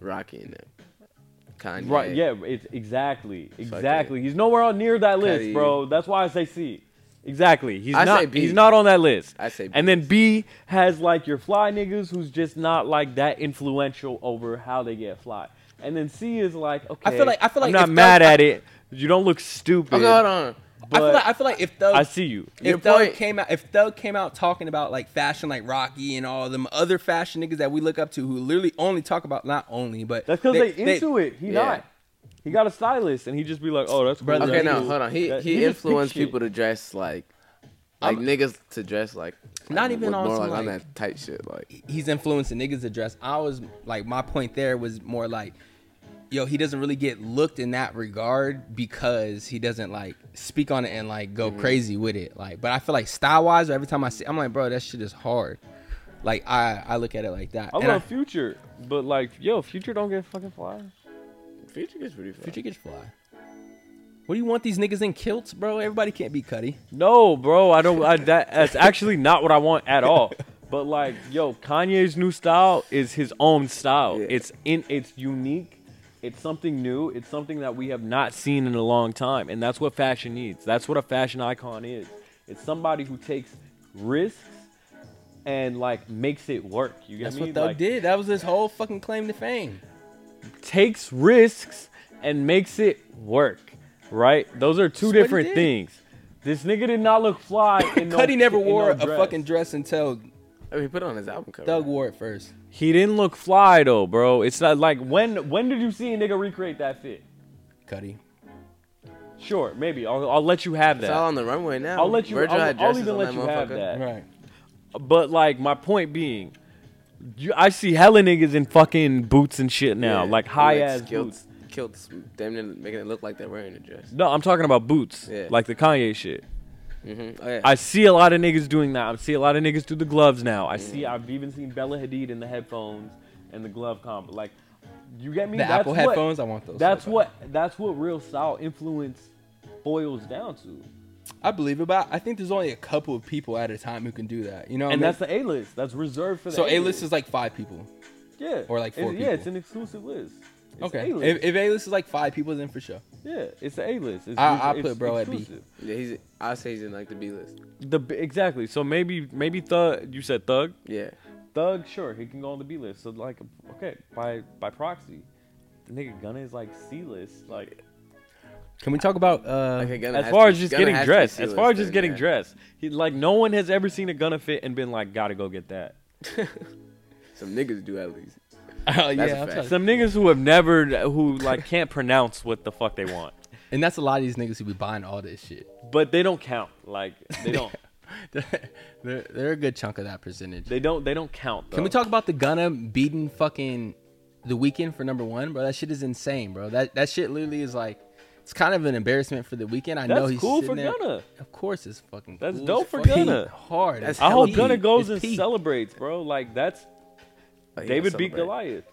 rocking Kanye.
Right. Yeah. It's exactly.
Fuck
Exactly. He's nowhere on near that list,
Cuddy.
bro. That's why I say C. Exactly. He's
I
not.
say B.
He's not on that list.
I say B.
And then B has like your fly niggas, who's just not like that influential over how they get fly. And then C is like, okay.
feel like- I feel like
I'm not
if
mad
Thug-
at it. You don't look stupid.
Okay, Oh, hold on.
I feel
but
like I feel like if Thug
I see you.
Your
if Thug
point-
came out, if Thug came out talking about like fashion, like Rocky and all them other fashion niggas that we look up to, who literally only talk about not only, but
That's because they, into it. He
yeah.
not. He got a stylist, and he just be like, oh, that's cool.
Brother.
Okay,
Like,
no,
That-
hold on. He
that-
he,
just
influenced
picks shit.
people to dress like like niggas to dress like
Not even
with
on
more
some,
like, on
like-
that tight shit like
He's influencing niggas to dress. I was like, my point there was more like, yo, he doesn't really get looked in that regard because he doesn't like speak on it and like go
Mm-hmm.
crazy with it. Like, but I feel like style wise, every time I see, I'm like, bro, that shit is hard. Like I, I look at it like that.
I
And
love Future, but like, yo, Future don't get fucking fly.
future gets pretty fun.
Future gets fly. What do you want these niggas in kilts, bro? Everybody can't be Cuddy.
No, bro, I don't. I, that, that's actually not what I want at all. But like, yo, Kanye's new style is his own style.
Yeah.
It's in. It's unique. It's something new. It's something that we have not seen in a long time, and that's what fashion needs. That's what a fashion icon is. It's somebody who takes risks and like makes it work. You get
That's
me?
what Thug
Like,
did. That was his whole fucking claim to fame.
takes risks and makes it work. Right? Those are
That's
two
what he
different
did.
things. This nigga did not look fly. In no,
Cuddy never
in no
wore a
dress.
fucking dress until
I mean, he put it on his album cover.
Thug wore it first.
He didn't look fly though, bro. It's not like when when did you see a nigga recreate that fit?
Cuddy.
Sure, maybe I'll, I'll let you have
It's all
that.
on the runway now.
I'll let you.
Virgil
I'll,
had
I'll
dresses
even
on
let you have
motherfucker.
that.
Right.
But like my point being, You, I see hella niggas in fucking boots and shit now,
Yeah,
like
and,
high ass boots.
kilts, kilts, damn near making it look like they're wearing a dress.
No, I'm talking about boots,
Yeah.
like the Kanye shit.
Mm-hmm. Oh, yeah.
I see a lot of niggas doing that. I see a lot of niggas do the gloves now. I see. I've even seen Bella Hadid in the headphones and the glove comp. Like, you get me?
The
That's
Apple
what-
headphones, I want those.
That's
so bad.
what. That's what real style influence boils down to.
I believe about. I think there's only a couple of people at a time who can do that. You know, what I
And
mean?
that's the A list. That's reserved for the
so A list is like five people.
yeah,
or, like, four
It's- yeah, it's
people.
an exclusive list. It's
Okay,
A-list.
if, if A list is like five people, then for sure.
yeah, it's the A list. It's
I- I
it's
put bro at B.
exclusive.
yeah, he's. I say he's in like the B list.
The b- exactly. So maybe maybe thug. You said thug.
Yeah,
Thug, sure, he can go on the B list. So like, okay, by by proxy, the nigga Gunna is like C list. Like
Can we talk about? Uh,
Like, Gunna
as
has
far
to-
as just
Gunna
getting
has to be
dressed, as
C-list
far as just
then,
getting
yeah.
dressed, he like no one has ever seen a Gunna fit and been like, gotta go get that.
some niggas do at least.
oh, yeah,
a
I'll
fact.
tell you.
Some niggas who have never, who like can't pronounce what the fuck they want,
and that's a lot of these niggas who be buying all this shit.
but they don't count. Like they don't,
they're, they're a good chunk of that percentage.
they don't, they don't count. Though.
Can we talk about the Gunna beating fucking the weekend for number one, bro? That shit is insane, bro. That that shit literally is like, it's kind of an embarrassment for the weekend. I know
That's
he's
cool
sitting
for
there.
Gunna.
Of course, it's fucking.
That's
cool
dope
as
for
fuck.
Gunna.
Peak, Hard.
That's
It's
I
hella
hope
peak.
Gunna goes
It's
and
peak.
celebrates, bro. Like that's
Like, he
David
gonna
beat
celebrate.
Goliath.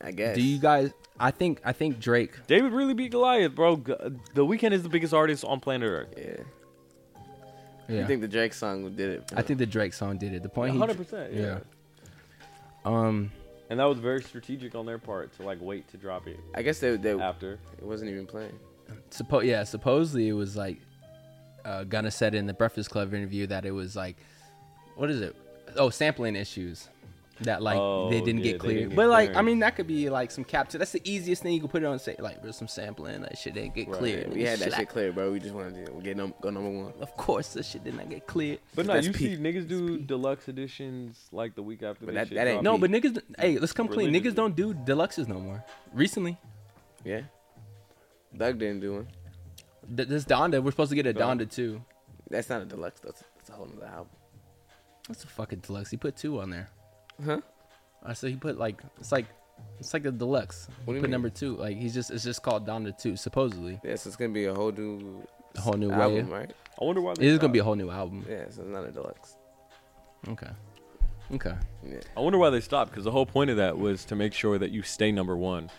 I guess.
Do you guys? I think I think Drake.
David really beat Goliath, bro. G- The Weeknd is the biggest artist on planet Earth.
Yeah.
Yeah.
You think the Drake song did it?
I think the Drake song did it. The point. he-
100%, yeah.
Um.
And that was very strategic on their part to like wait to drop it
I guess they, they it
after.
wasn't even playing.
Suppo- yeah. Supposedly it was like, uh, Gunna said in the Breakfast Club interview that it was like, what is it? Oh, sampling issues. That like
Oh,
they didn't
yeah, they
get cleared.
didn't get
but like I
cleared.
mean that could be like some capture. That's the easiest thing you could put it on. Say like there's some sampling. That shit didn't get
Right.
cleared.
We had that
Slap.
shit clear, bro. We just wanted to get num- go number one.
Of course, this shit did not get cleared.
But no,
That's
you
peak.
see niggas do deluxe editions like the week after.
But
they
that-
shit
that ain't-
No,
drop.
but niggas. Hey, let's come clean.
Religiously.
Niggas don't do deluxes no more. Recently,
Yeah. Doug didn't do one.
Th- this Donda, we're supposed to get a
Donda.
Donda too.
That's not a deluxe. That's, that's a whole nother album.
That's a fucking deluxe. He put two on there.
Huh?
I said he put like it's like it's like a deluxe.
What do
He
you
put
mean?
number two. Like he's just it's just called Donda two. Supposedly,
Yeah, so it's gonna be a whole new
a whole new
album,
way.
right?
I wonder why.
It
They
is gonna be a
stopped.
whole new album.
Yeah, so it's not a deluxe.
Okay. Okay.
Yeah.
I wonder why they stopped because the whole point of that was to make sure that you stay number one.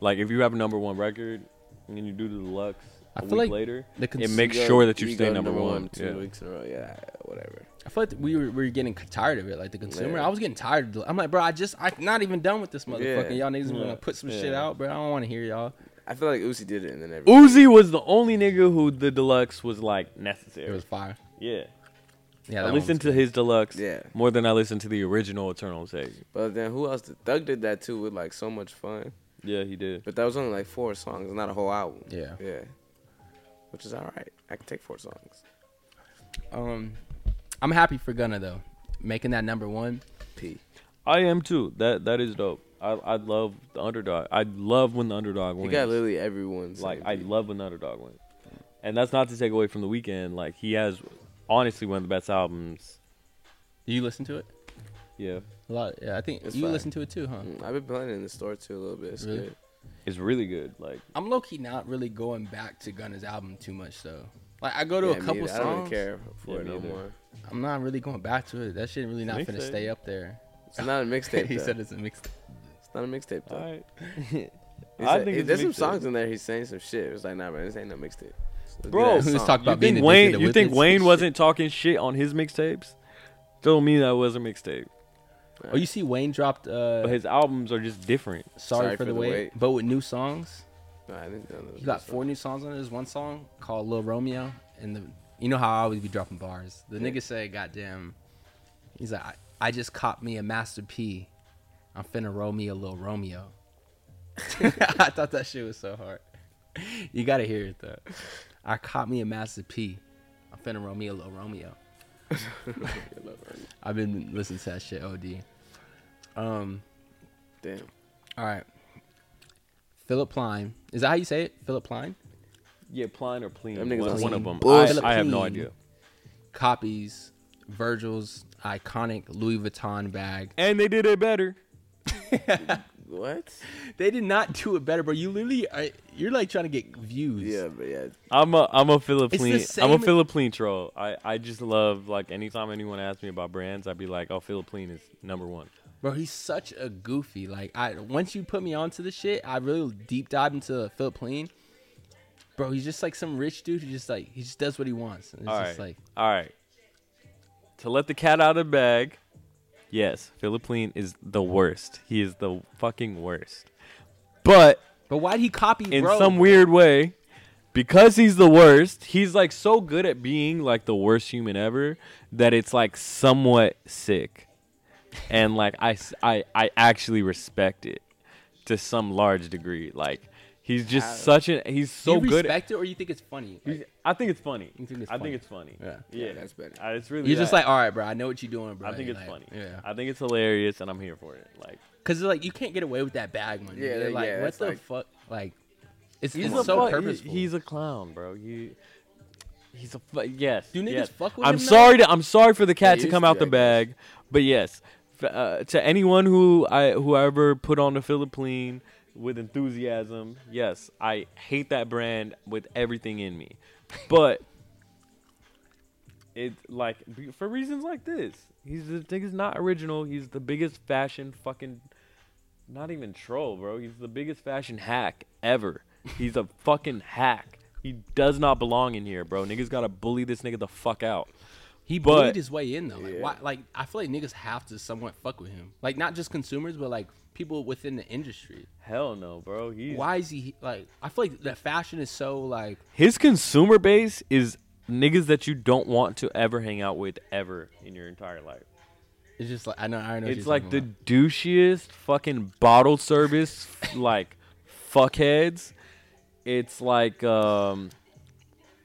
Like if you have a number one record and then you do the deluxe
I
a
feel
week
like
later,
the cons-
it makes
You go-
sure that you
we
stay
go
number, one.
two
yeah.
weeks in a row. Yeah, whatever.
I feel like we were, we were getting tired of it, like the consumer.
Yeah.
I was getting tired. Of del- I'm like, bro, I just I'm not even done with this motherfucking.
Yeah.
Y'all niggas
Yeah.
want to put some shit
Yeah.
out, bro. I don't want to hear y'all.
I feel like Uzi did it and then everything.
Uzi was the only nigga who the deluxe was like necessary.
It was fire.
yeah.
Yeah,
I
that one was
listened to his deluxe
Yeah.
more than I listened to the original Eternal Take.
But then who else? Did, Doug did that too with like so much fun.
Yeah, he did.
But that was only like four songs, not a whole album.
Yeah.
Yeah. Which is all right. I can take four songs.
Um, I'm happy for Gunna though, making that number one.
P.
I am too. That that is dope. I I love the underdog. I love when the underdog
You
wins.
got literally everyone's
like I
like
love when the underdog wins. And that's not to take away from the weekend. Like he has honestly one of the best albums.
Do you listen to it?
Yeah.
A lot. Yeah, I think
It's
you
fire.
listen to it too, huh?
Mm, I've been playing it in the store too a little bit. It's
Really?
good.
It's really good. Like
I'm low key not really going back to Gunna's album too much though. Like I go to
Yeah,
a
me
couple
either.
songs.
I don't even care for
Yeah,
it
me
no
either.
more.
I'm not really going back to it. That shit really not
Mixtape.
finna stay up there.
It's not a mixtape.
he
though.
said it's a mix.
It's not a mixtape though.
all right.
He
I
said-
think
he-
it's
there's some
mixtape.
songs in there. He's saying some shit. It was like, nah, man, this ain't no mixtape. Let's
Bro,
do that
Who was
song.
talking
You
about being addicted
think Wayne
to
you think
Whippets?
Wayne
Shit.
wasn't talking shit on his mixtapes? Don't mean that was a mixtape.
Oh, you see Wayne dropped uh,
But his albums are just different.
Sorry, for, the, Wait,
Wait.
but with new songs.
No, I didn't know
He got four new songs on it. There's one song called Lil Romeo, and the you know how I always be dropping bars. The nigga say, "Goddamn," he's like, I, "I just caught me a Master P. I'm finna roll me a Lil Romeo." I thought that shit was so hard. You gotta hear it though. I caught me a Master P. I'm finna roll me a Lil Romeo. I've been listening to that shit, OD. Um,
Damn.
all right. Philip Pline. Is that how you say it? Philip Pline?
Yeah, Pline or Pline.
Them niggas
One,
on
one of
some
them. I,
bullshit.
I have no
Pline.
idea.
copies Virgil's iconic Louis Vuitton bag.
And they did it better.
What?
They did not do it better, bro. You literally, are, you're like trying to get views.
Yeah, but yeah.
I'm a I'm a Philippine I'm a
same-
Philippine troll. I, I just love like anytime anyone asks me about brands, I'd be like, oh, Philippine is number one.
bro. He's such a goofy. Like I, once you put me onto the shit, I really deep dive into Philip Plain. Bro, he's just like some rich dude who just like he just does what he wants. And it's
All right,
just like
all right. To let the cat out of the bag, yes, Philippine is the worst. He is the fucking worst. But
But why'd he copy
in
bro?
some weird way because he's the worst he's like so good at being like the worst human ever that it's like somewhat sick and like i s- I- I actually respect it to some large degree like he's just such an he's
Do
so
you
good at,
respect it or you think it's funny? Like,
he's- i think it's funny
You think it's
i
funny.
think it's funny
Yeah.
yeah,
that's better.
I- it's really
you're just
that.
like, all right, bro. I know what you're doing, bro.
i think
And,
it's funny
like, Yeah.
i think it's hilarious and i'm here for it like
Cause like you can't get away with that bag money.
Yeah,
Yeah, like
yeah,
what
that's
the
like-
fuck? Like it's,
He's
it's
a
so
fuck- he-
purposeful.
he's a clown, bro. He he's a fu- yes.
Do niggas
yes.
fuck with
I'm
him now?
sorry. To, I'm sorry for the cat to
used
come
to,
out the
I guess.
bag, but yes, f- uh, to anyone who I whoever put on the Philippine with enthusiasm, yes, I hate that brand with everything in me, but. It like be- for reasons like this. He's the thing is not original. He's the biggest fashion fucking not even troll, bro. He's the biggest fashion hack ever. He's a fucking hack. He does not belong in here, bro. Niggas gotta bully this nigga the fuck out.
he
but-
bullied his way in though. Like, why, like I feel like niggas have to somewhat fuck with him. Like not just consumers, but like people within the industry.
Hell no, bro. He's
Why is he like? I feel like that fashion is so like.
his consumer base is niggas that you don't want to ever hang out with ever in your entire life.
It's just like I know. I know. what you're
It's like the
talking
douchiest fucking bottle service like fuckheads. It's like um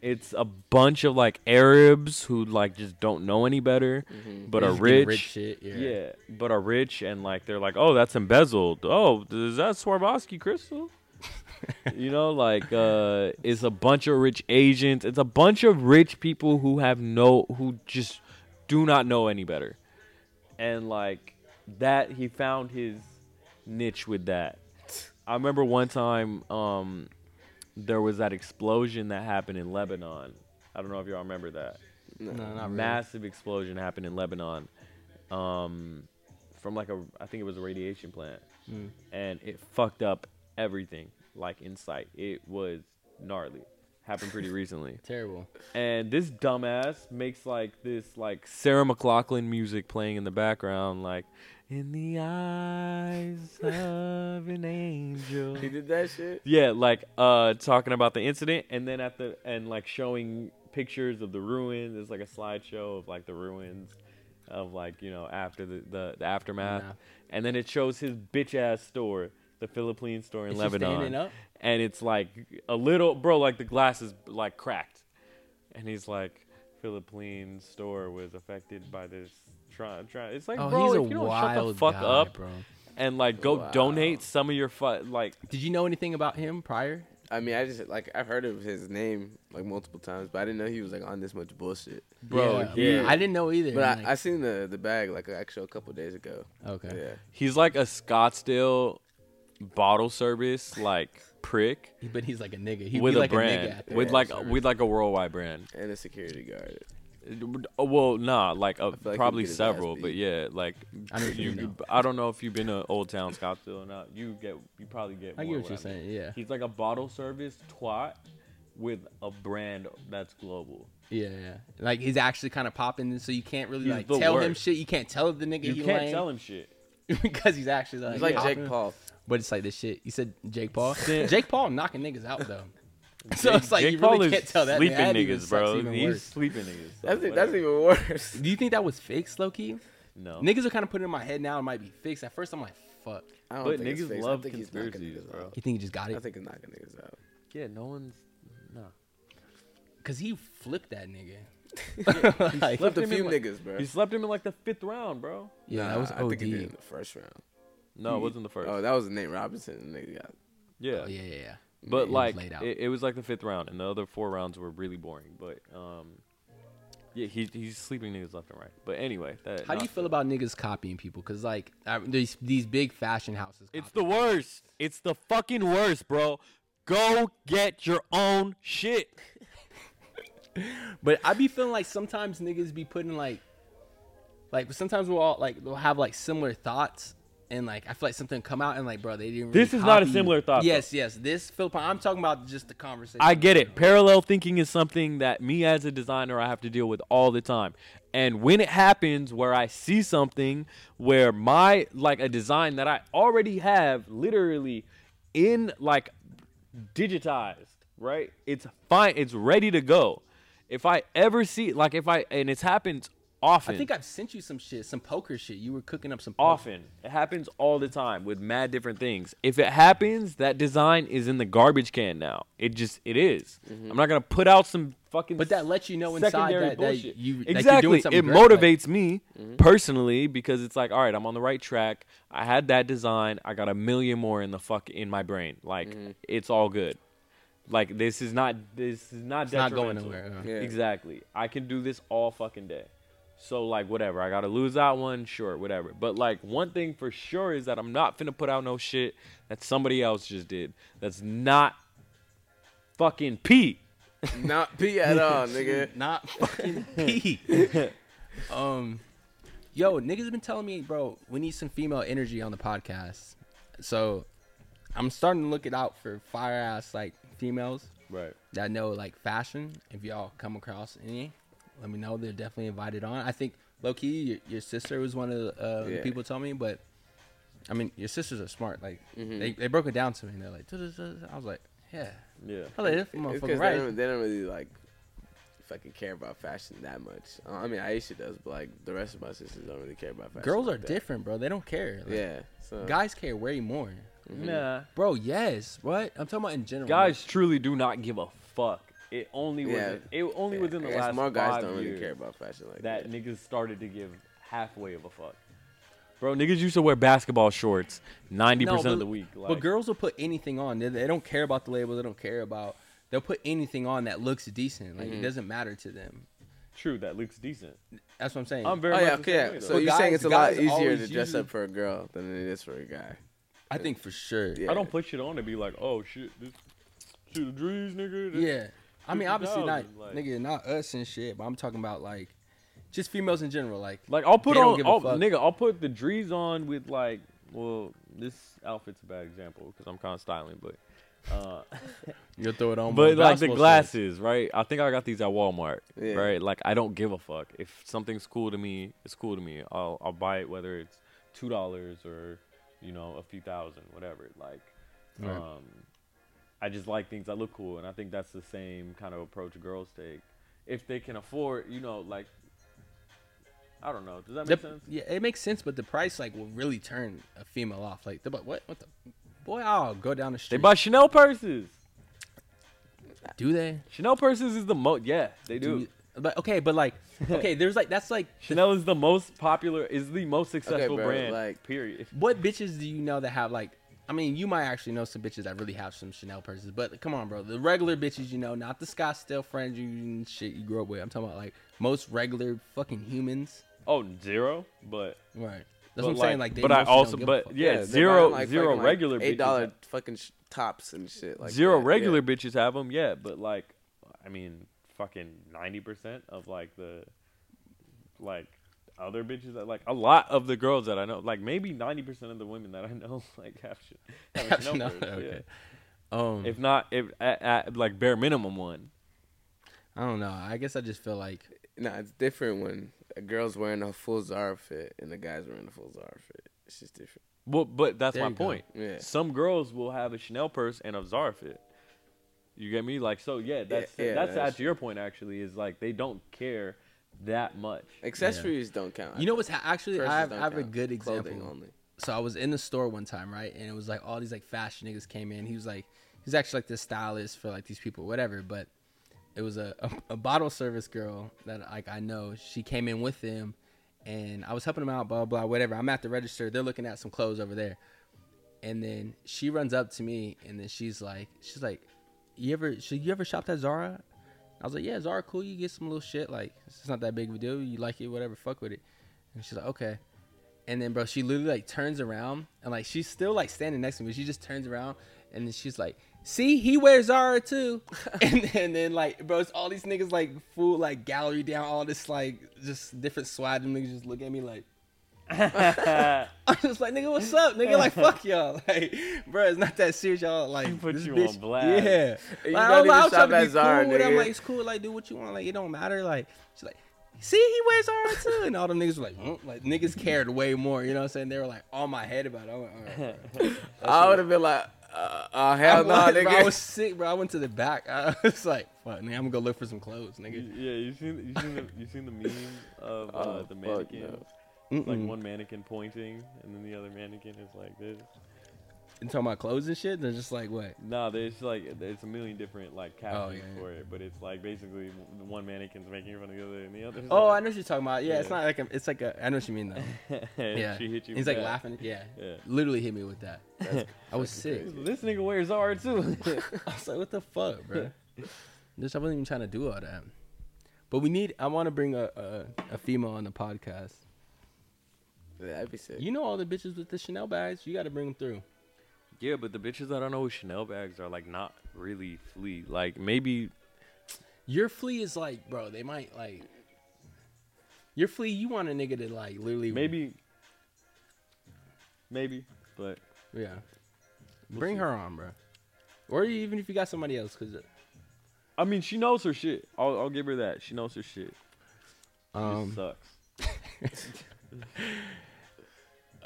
it's a bunch of like Arabs who like just don't know any better but
about. Mm-hmm.
are
Just getting
rich.
shit. Yeah.
Yeah, but are rich and like they're like, "Oh, that's embezzled. Oh, is that Swarovski crystal?" you know, like uh it's a bunch of rich Asians. It's a bunch of rich people who have no who just do not know any better. And like that he found his niche with that. I remember one time um there was that explosion that happened in Lebanon. I don't know if y'all remember that
No, not really.
massive explosion happened in Lebanon, um, from like a I think it was a radiation plant, and it fucked up everything like in sight. It was gnarly. Happened pretty recently,
Terrible.
and this dumbass makes like this like Sarah McLaughlin music playing in the background, like in the eyes of an angel.
He did that shit.
Yeah, like uh talking about the incident and then at the and like showing pictures of the ruins. It's like a slideshow of like the ruins of like, you know, after the the, the aftermath.
Aftermath.
And then it shows his bitch ass store, the Philippine store in
It's just
Lebanon.
standing up?
And it's like a little bro, like the glass is like cracked. And he's like Philippine store was affected by this try, try. It's like
Oh,
bro,
he's a
if you don't shut
wild
the fuck
guy,
up
bro.
and like go donate some of your fu- like
Did you know anything about him prior?
I mean, I just like I've heard of his name like multiple times, but I didn't know he was like on this much bullshit.
Bro,
yeah,
he-
I didn't know either.
But I,
and,
I
like-
seen the the bag like actually a couple days ago.
okay.
Yeah.
He's like a Scottsdale bottle service like prick
But he's like a nigga. He'd
with
be
a
like a nigga
brand
out there.
with like with like a worldwide brand.
And a security guard.
Uh, Well, nah, like, a,
like
probably
he'd get his ass
several,
beat.
but yeah, like
I know what you
you,
mean, though.
I don't know if you've been to Old Town Scottsdale or not. You get you probably get.
I get
more
what you're
I mean.
saying. Yeah.
He's like a bottle service twat with a brand that's global.
Yeah, yeah. Like he's actually kind of popping, so you can't really
He's
like
the
tell him
worst.
shit. You can't tell the nigga
You
he
can't
lying
tell him shit.
because he's actually like,
He's like
popping.
Jake Paul.
But it's like this shit. You said Jake Paul.
Sin-
Jake Paul knocking niggas out though. So it's like
Jake
you
Paul
really
is
can't tell that.
sleeping
man. That even
niggas,
sucks
bro.
even
He's
worse.
sleeping niggas. so
That's
whatever.
that's even worse.
Do you think that was fixed, Loki?
no.
Niggas are kind of putting it in my head now. It might be fixed. At first, I'm like, fuck.
I don't
But
think it's
niggas
fixed. I
love
think he's knocking
conspiracies,
niggas
bro.
out.
You think he just got
I
it?
think he's knocking niggas out.
Yeah, no one's no.
Cause he flipped that nigga. Like,
flipped
Flipped a
him in
few
like-
niggas, bro.
He slept him in like the fifth round, bro.
yeah, that
Nah,
was
I think he did
OD.
in the first round.
No, it wasn't the first.
Oh, that was Nate Robinson. The nigga got
yeah.
Oh, yeah, yeah, yeah.
but
was
like
laid out.
It, it was like the fifth round, and the other four rounds were really boring. But um, Yeah, he, he's sleeping niggas left and right. But anyway, that,
How do you feel about niggas copying people? Because like I, these these big fashion houses.
It's
copy.
the worst. It's the fucking worst, bro. Go get your own shit.
but I be feeling like sometimes niggas be putting like, like sometimes we'll all like we'll have like similar thoughts. And like I feel like something come out and like bro they didn't.
This
really
is not a
copy-
similar thought,
Yes, yes. This Philip, I'm talking about just the conversation.
I get it. Parallel thinking is something that me as a designer I have to deal with all the time. And when it happens where I see something where my like a design that I already have literally in like digitized, right? It's fine, it's ready to go. If I ever see like if I and it's happened often.
I think I've sent you some shit, some poker shit. You were cooking up some poker.
often. It happens all the time with mad different things. If it happens, that design is in the garbage can now. It just it is. I'm not gonna put out some fucking.
Mm-hmm. But that lets you know inside
secondary
that, that
bullshit.
you
exactly.
That you're doing something
it
great, like- Mm-hmm.
motivates me personally because it's like, all right, I'm on the right track. I had that design. I got a million more in the fuck in my brain. Like
Mm-hmm.
it's all good. Like this is not this is not
not going
detrimental.
nowhere, huh?
Yeah.
Exactly. I can do this all fucking day. So like whatever. I gotta lose that one, sure, whatever. But like one thing for sure is that I'm not finna put out no shit that somebody else just did. That's not fucking Pete.
Not P at all, nigga.
not fucking pee. um, yo, niggas been telling me, bro, we need some female energy on the podcast. So I'm starting to look it out for fire ass like females
Right.
that know like fashion. If y'all come across any, let me know. They're definitely invited on. I think low key, your, your sister was one of the, uh, the
Yeah.
people told me, but I mean, your sisters are smart. Like
Mm-hmm.
they, they broke it down to me. And they're like, "Duh-duh-duh-duh." I was like, yeah. I
Yeah.
was like, that's
It's
motherfucking
because
right.
they, don't, they don't really like fucking care about fashion that much. Uh, I mean, Aisha does, but like the rest of my sisters don't really care about fashion.
Girls
like
are
that.
different, bro. They don't care. Like,
Yeah. So
Guys care way more.
Nah.
Bro, yes. What? I'm talking about in general.
Guys truly do not give a fuck. It only was
Yeah.
it only
yeah,
within
I
the
guess
last
more guys
five
don't really
years
care about fashion like
that
that.
niggas started to give halfway of a fuck. Bro, niggas used to wear basketball shorts ninety
No,
percent
but-
of the week. Like,
but girls will put anything on. They, they don't care about the label. They don't care about. They'll put anything on that looks decent. Like
Mm-hmm.
it doesn't matter to them.
true, that looks decent.
That's what I'm saying.
I'm very
Oh
much
yeah,
the
okay.
same way,
Yeah.
though.
So
But
you're saying
guys-
it's a lot
guys
easier to
always
dress
usually-
up for a girl than it is for a guy.
I think for sure.
Yeah.
I don't put shit on to be like, oh shit, this shit the dreams, nigga. this-
Yeah. I mean, obviously not,
50,000, like-
nigga, not us and shit. But I'm talking about like, just females in general. Like,
Like I'll put
They don't
on,
give a
I'll,
fuck.
nigga, I'll put the drees on with like, well, this outfit's a bad example because I'm kind of styling, but
you'll throw it on.
But like the
basketball shorts.
glasses, right? I think I got these at Walmart,
Yeah.
right? Like I don't give a fuck. If something's cool to me, it's cool to me. I'll I'll buy it whether it's two dollars or you know a few thousand, whatever. Like,
Right.
um, I just like things that look cool, and I think that's the same kind of approach girls take if they can afford. You know, like I don't know. Does that
The-
make sense?
yeah, it makes sense, but the price like will really turn a female off. Like, they're like, what? What the? Boy, I'll go down the
They
street.
buy Chanel purses.
do they?
Chanel purses is the most. Yeah, they do.
Do you- but okay, but like, okay, there's like that's like
Chanel is the most popular. Is the most successful
bro,
brand.
like-
period.
what bitches do you know that have like? I mean, you might actually know some bitches that really have some Chanel purses, but come on, bro, the regular bitches you know, not the Scottsdale friends you and shit you grew up with. I'm talking about like most regular fucking humans,
Oh, zero, but
right? That's
But,
what I'm saying.
like-
Like, they
but I
mostly don't
also-
give a
but
fuck.
yeah,
they're
zero-
buying,
zero
fucking,
regular bitches.
eight dollar fucking sh- tops and shit like
zero
that.
regular bitches have them. Yeah, but like, I mean, fucking ninety percent of like the like other bitches that like a lot of the girls that I know, like maybe ninety percent of the women that I know like have, sh- have a
Have Chanel,
Chanel purse, yeah.
okay. um,
If not, if at, at like bare minimum one.
I don't know. I guess I just feel like
Yeah. Nah, it's different when a girl's wearing a full Zara fit and the guy's wearing a full Zara fit. It's just different.
Well, but that's
There
my
you go.
point.
Yeah.
Some girls will have a Chanel purse and a Zara fit. You get me? Like, so yeah, that's
yeah,
that's,
that's-
that's your point actually. Is like they don't care that much.
Accessories don't count.
you know what's ha- actually I have, I
Purses don't
have a
count.
good
Clothing
example.
only.
so I was in the store one time, right? And it was like all these like fashion niggas came in. He was like, he's actually like the stylist for like these people, whatever. But it was a, a, a bottle service girl that like I know. She came in with them, and I was helping them out, blah blah, whatever. I'm at the register. They're looking at some clothes over there, and then she runs up to me, and then she's like, she's like, you ever, so you ever shopped at Zara? I was like, yeah, Zara, cool. You get some little shit. Like, it's not that big of a deal. You like it, whatever. Fuck with it. And she's like, okay. And then, bro, she literally like turns around and like she's still like standing next to me. She just turns around and then she's like, "See, he wears Zara too." and, and then like, bro, it's all these niggas like full like gallery down, all this like just different swag. And niggas just look at me like, I'm just like, nigga, what's up, nigga? Like, fuck y'all, like, bro, it's not that serious, y'all. Like,
put
this
you
bitch,
on blast.
Yeah,
And you
like,
not
I was,
even
I was
shop
trying to
at
be
Zara,
cool. With her. I'm
nigga.
like, it's cool. Like, do what you want. Like, it don't matter. Like, she's like, see, he wears Zara too, and all them niggas were like, "Huh?" like niggas cared way more. You know what I'm saying? They were like on my head about it. I'm like, all right.
I would have been like, uh, uh,
I
hell no,
was, bro, I
nigga.
was sick, bro. I went to the back. I was like, fuck, nigga, I'm gonna go look for some clothes, nigga.
Yeah, you seen you seen the you seen the meme of uh,
Oh,
the
fuck
mannequin.
no.
It's Like
Mm-mm.
one mannequin pointing, and then the other mannequin is like this.
And talking about clothes and shit, they're just like, what?
No, there's like there's a million different like captions
Oh, yeah.
for it, but it's like basically w- one mannequin's making fun of the other, and the other.
Oh, I
like,
know what you're talking about. Yeah, it's
Yeah.
not like a, it's like a. I know what you mean though. Yeah,
she hit you.
He's
with
like
that.
laughing. Yeah,
Yeah.
literally hit me with that. I was sick.
This nigga wears R too.
I was like, what the fuck, bro? Just I wasn't even trying to do all that. But we need. I want to bring a, a a female on the podcast.
That'd be sick.
You know all the bitches with the Chanel bags. You got to bring them through.
yeah, but the bitches that I know with Chanel bags are like not really flea. Like maybe
Your flea is like, bro. They might like. Your flea, you want a nigga to like literally
maybe maybe, but
Yeah. Bring her on, bro. Or even if you got somebody else, cause
I mean she knows her shit. I'll I'll give her that. She knows her shit. She
um,
sucks.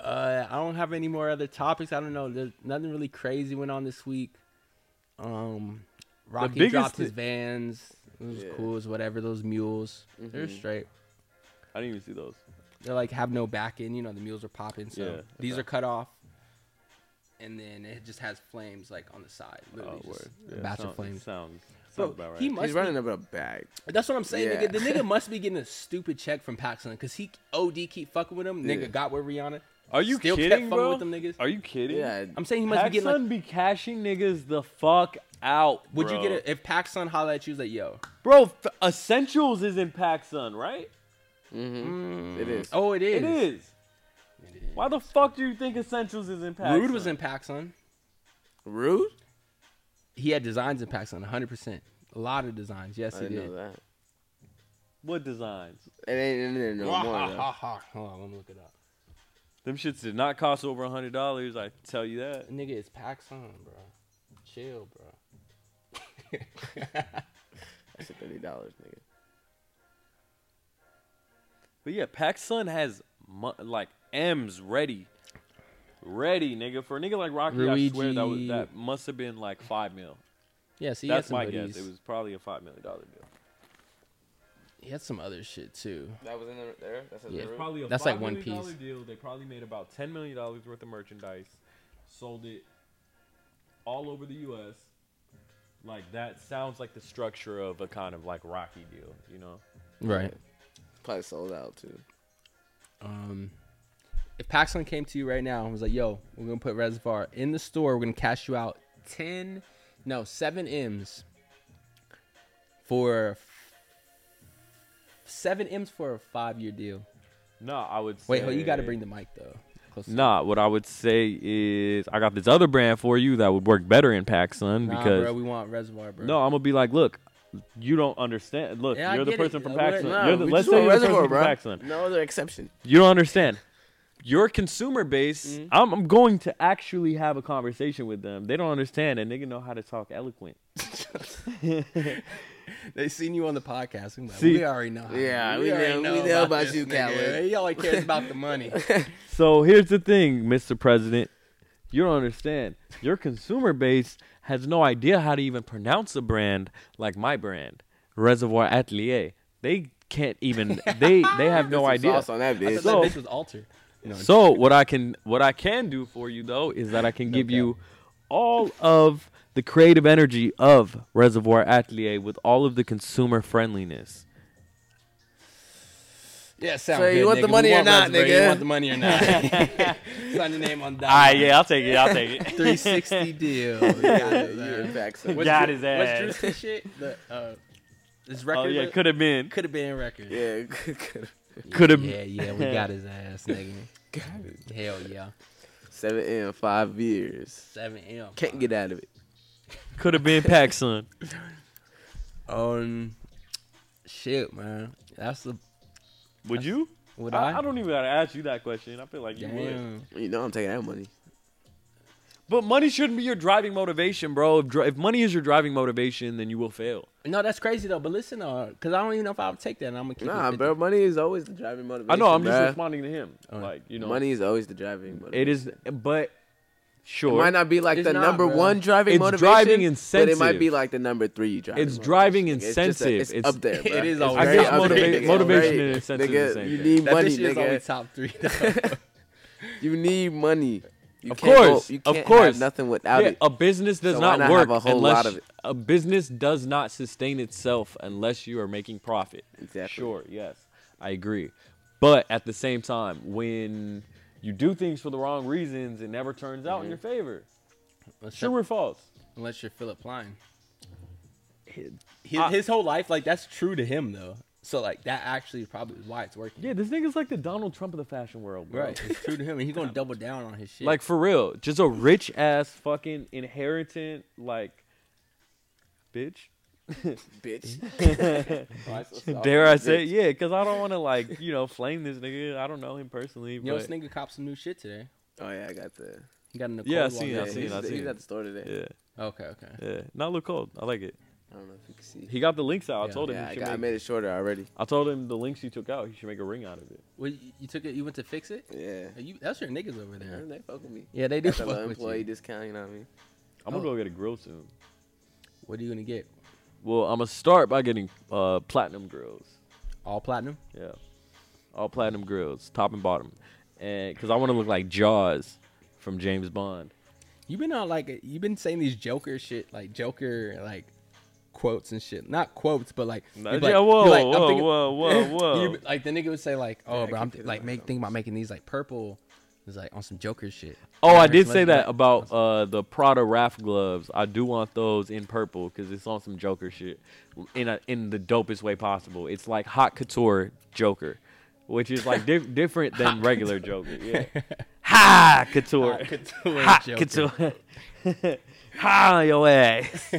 uh, I don't have any more other topics. I don't know. There's nothing really crazy went on this week. Um, Rocky
biggest
dropped his
thi-
vans. It was
Yeah.
cool as whatever. Those mules, they're
Mm-hmm.
Mhm.
straight.
I didn't even see those.
They like have no back end. You know, the mules are popping. So
Yeah,
these
okay.
are cut off, and then it just has flames like on the side. Literally,
oh,
just
word.
a
Yeah,
batch
sound-
of flames.
Sounds,
Bro,
sounds about right.
he must
He's
be-
running up in a bag.
That's what I'm saying.
Yeah.
Nigga, the nigga must be getting a stupid check from Paxson because he OD keep fucking with him.
Yeah.
Nigga got with Rihanna.
Are you
Still kept
kidding,
fucking
bro?
with them niggas.
Are you kidding?
Yeah,
I'm saying he must be
Paxson
getting like.
be cashing niggas the fuck out.
Would
bro.
you get it if Paxson holla at you was like, yo?
Bro, f- Essentials is in Paxson, right?
it is.
Oh, it is.
It is. Why the fuck do you think Essentials is in Paxson?
Rude was in Paxson.
Rude?
He had designs in Paxson, 100. percent A lot of designs. Yes,
I
he
didn't
did.
know that.
What designs?
It ain't in there no more.
Ha
though.
ha. Hold on, I'm gonna look it up.
Them shits did not cost over a hundred dollars. I tell you that.
Nigga, it's Paxson, bro. Chill, bro.
That's thirty dollars, nigga.
But yeah, Paxson has mu- like M's ready, ready, nigga. For a nigga like Rocky, I swear that was,
Luigi.
that must have been like five mil.
Yeah, see, he had
That's
some
my
hoodies.
guess. It was probably a five million dollar deal.
He had some other shit too.
That was in there. That's
Yeah. Rude?
probably a
That's like
five
one
million dollar
piece.
deal. They probably made about ten million dollars worth of merchandise, sold it all over the U.S. Like that sounds like the structure of a kind of like Rocky deal, you know?
Right.
Probably sold out too.
Um, if Paxton came to you right now and was like, "Yo, we're gonna put Reservoir in the store. We're gonna cash you out ten, no, seven M's for f- seven M's for a five-year deal."
No, I would. Say,
Wait, hold, you got to bring the mic though. Close to-
Nah, what I would say is I got this other brand for you that would work better in PacSun
Nah,
because
bro, we want Reservoir, bro.
no, I'm gonna be like, look, you don't understand. Look,
Yeah, I
you're the
get it.
person from
Uh, what-
PacSun.
nah,
you're the,
we
let's
just
say
want
you're the person
Reservoir,
from PacSun.
bro. No other exception.
You don't understand. Your consumer base,
Mm-hmm.
I'm, I'm going to actually have a conversation with them. They don't understand, and nigga know how to talk eloquent.
they seen you on the podcast. I'm like,
See-
we already know. how-
Yeah, we
already
know- we know about
this
you,
nigga.
Khaled.
He only cares about the money.
So here's the thing, Mr. President. You don't understand. Your consumer base has no idea how to even pronounce a brand like my brand, Reservoir Atelier. They can't even. They they have no
Some
idea.
Sauce on that bitch.
This
So-
bitch was altered. No,
So what I can what I can do for you though is that I can give you all of the creative energy of Reservoir Atelier with all of the consumer friendliness.
Yeah, sounds
So
good,
you want the
nigga.
money
We
or
want
not,
Reservoir. You
nigga?
want the money or not? Sign your name on that.
Ah, I'll take it. I'll take it.
360 deal. You got it,
You're
man.
back, son.
What's
Got
Drew-
his ass.
What's Drew's shit? The, uh, This
Oh
record
yeah, could have been.
could have been record.
Yeah, good, good.
Coulda-
Yeah, yeah, we got his ass, nigga.
Got it.
Hell yeah,
Seven M, five years.
seven M.
Can't get out of it.
Could have been Paxson.
Um, shit, man. That's the
Would you?
what I.
I, I don't even gotta ask you that question. I feel like you would.
Damn.
You know I'm taking that money.
But money shouldn't be your driving motivation, bro. If, dri- if money is your driving motivation, then you will fail.
No, that's crazy though. But listen, uh, cause I don't even know if I would take that. and I'm gonna keep
Nah,
it.
bro, money is always the driving motivation.
I know. I'm just
bruh.
responding to him.
All right.
Like you know,
Money is always the driving motivation.
Oh. It is, but
It
sure,
might not be like
It's
the
not,
number
bro.
one driving
It's
motivation,
driving
but it might be
incentive.
like the number three driving.
It's driving
motivation. It's, just a-
incentive.
it's
It's-
up there.
It
Bro.
is
It's
always-
very
I guess
up
motiva-
there. It's
motivation
very-
and incentive
Nigga,
is the same
you
thing.
need
That
money,
bitch is only
nigga.
top three. though.
You need money. You
Of
can't go-
course,
you
of
can't
course.
have nothing without
yeah,
it.
a business does
So why
not,
not
work
have a whole
unless
lot of it?
a business does not sustain itself unless you are making profit.
Exactly.
Sure. Yes, I agree. But at the same time, when you do things for the wrong reasons, it never turns
Mm-hmm.
out in your favor.
Unless
True
you're-
or false?
Unless you're Philip Line. His,
I-
his whole life, like that's true to him though. So like that actually probably is why it's working.
Yeah, this nigga's like the Donald Trump of the fashion world, bro.
Right, it's true to him, and he's gonna double down on his shit.
Like for real, just a rich ass fucking inheritant, like bitch.
Bitch.
Dare I say, yeah, because I don't want to like you know flame this nigga. I don't know him personally,
you know, this
but
nigga copped some new shit today.
Oh yeah, I got the.
He got a Nicole.
Yeah, I
walk
seen it,
in.
I
yeah,
seen it,
he's,
I seen
he's
it.
at the store today.
yeah,
Okay, okay.
yeah, not look cold. I like it.
I don't know if you can see.
He got the links out. I
Yeah.
told him.
yeah,
he
I,
should
got, I
make,
made it shorter already.
I told him the links he took out. He should make a ring out of it.
Well, you, you took it. You went to fix it.
Yeah.
Are You, that's your niggas over
Yeah,
there.
They fuck with me.
Yeah, they do
Got the
fuck
little
with
employee
you.
discount. You know what I mean?
I'm gonna
Oh.
go get a grill soon.
What are you gonna get?
Well, I'm gonna start by getting uh, platinum grills.
All platinum.
Yeah, all platinum grills, top and bottom, and because I want to look like Jaws from James Bond.
You've been on like you've been saying these Joker shit, like Joker like quotes and shit. Not quotes, but like
Nah,
you'd be
yeah,
like-
whoa,
you're like, I'm
whoa,
thinking-
whoa, whoa, whoa,
you'd be- like the nigga would say like, oh,
I
bro, I'm
keep
like
feeling
make
like
thinking about making these like purple. It's like on some Joker shit.
Oh,
Yeah,
I
heard
did
some
say
other-
that about uh, the Prada Raf gloves. I do want those in purple because it's on some Joker shit, in a, in the dopest way possible. It's like hot couture Joker, which is like dif- different than regular Joker. Yeah, ha couture, hot couture, hot
Joker.
couture. ha your ass,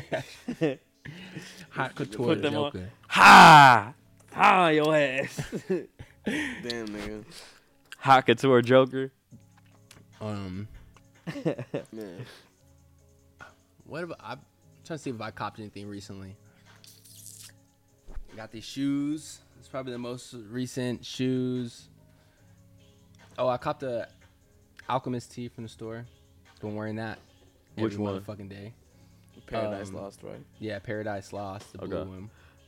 hot couture
Put them on.
Joker.
ha ha your ass,
Damn nigga.
hot couture Joker.
Um,
Man.
what about I'm trying to see if I copped anything recently. Got these shoes. It's probably the most recent shoes. Oh, I copped a Alchemist tee from the store. Been wearing that
Which
every
one?
motherfucking day.
Paradise
Um,
Lost, right?
Yeah, Paradise Lost, the blue
Okay.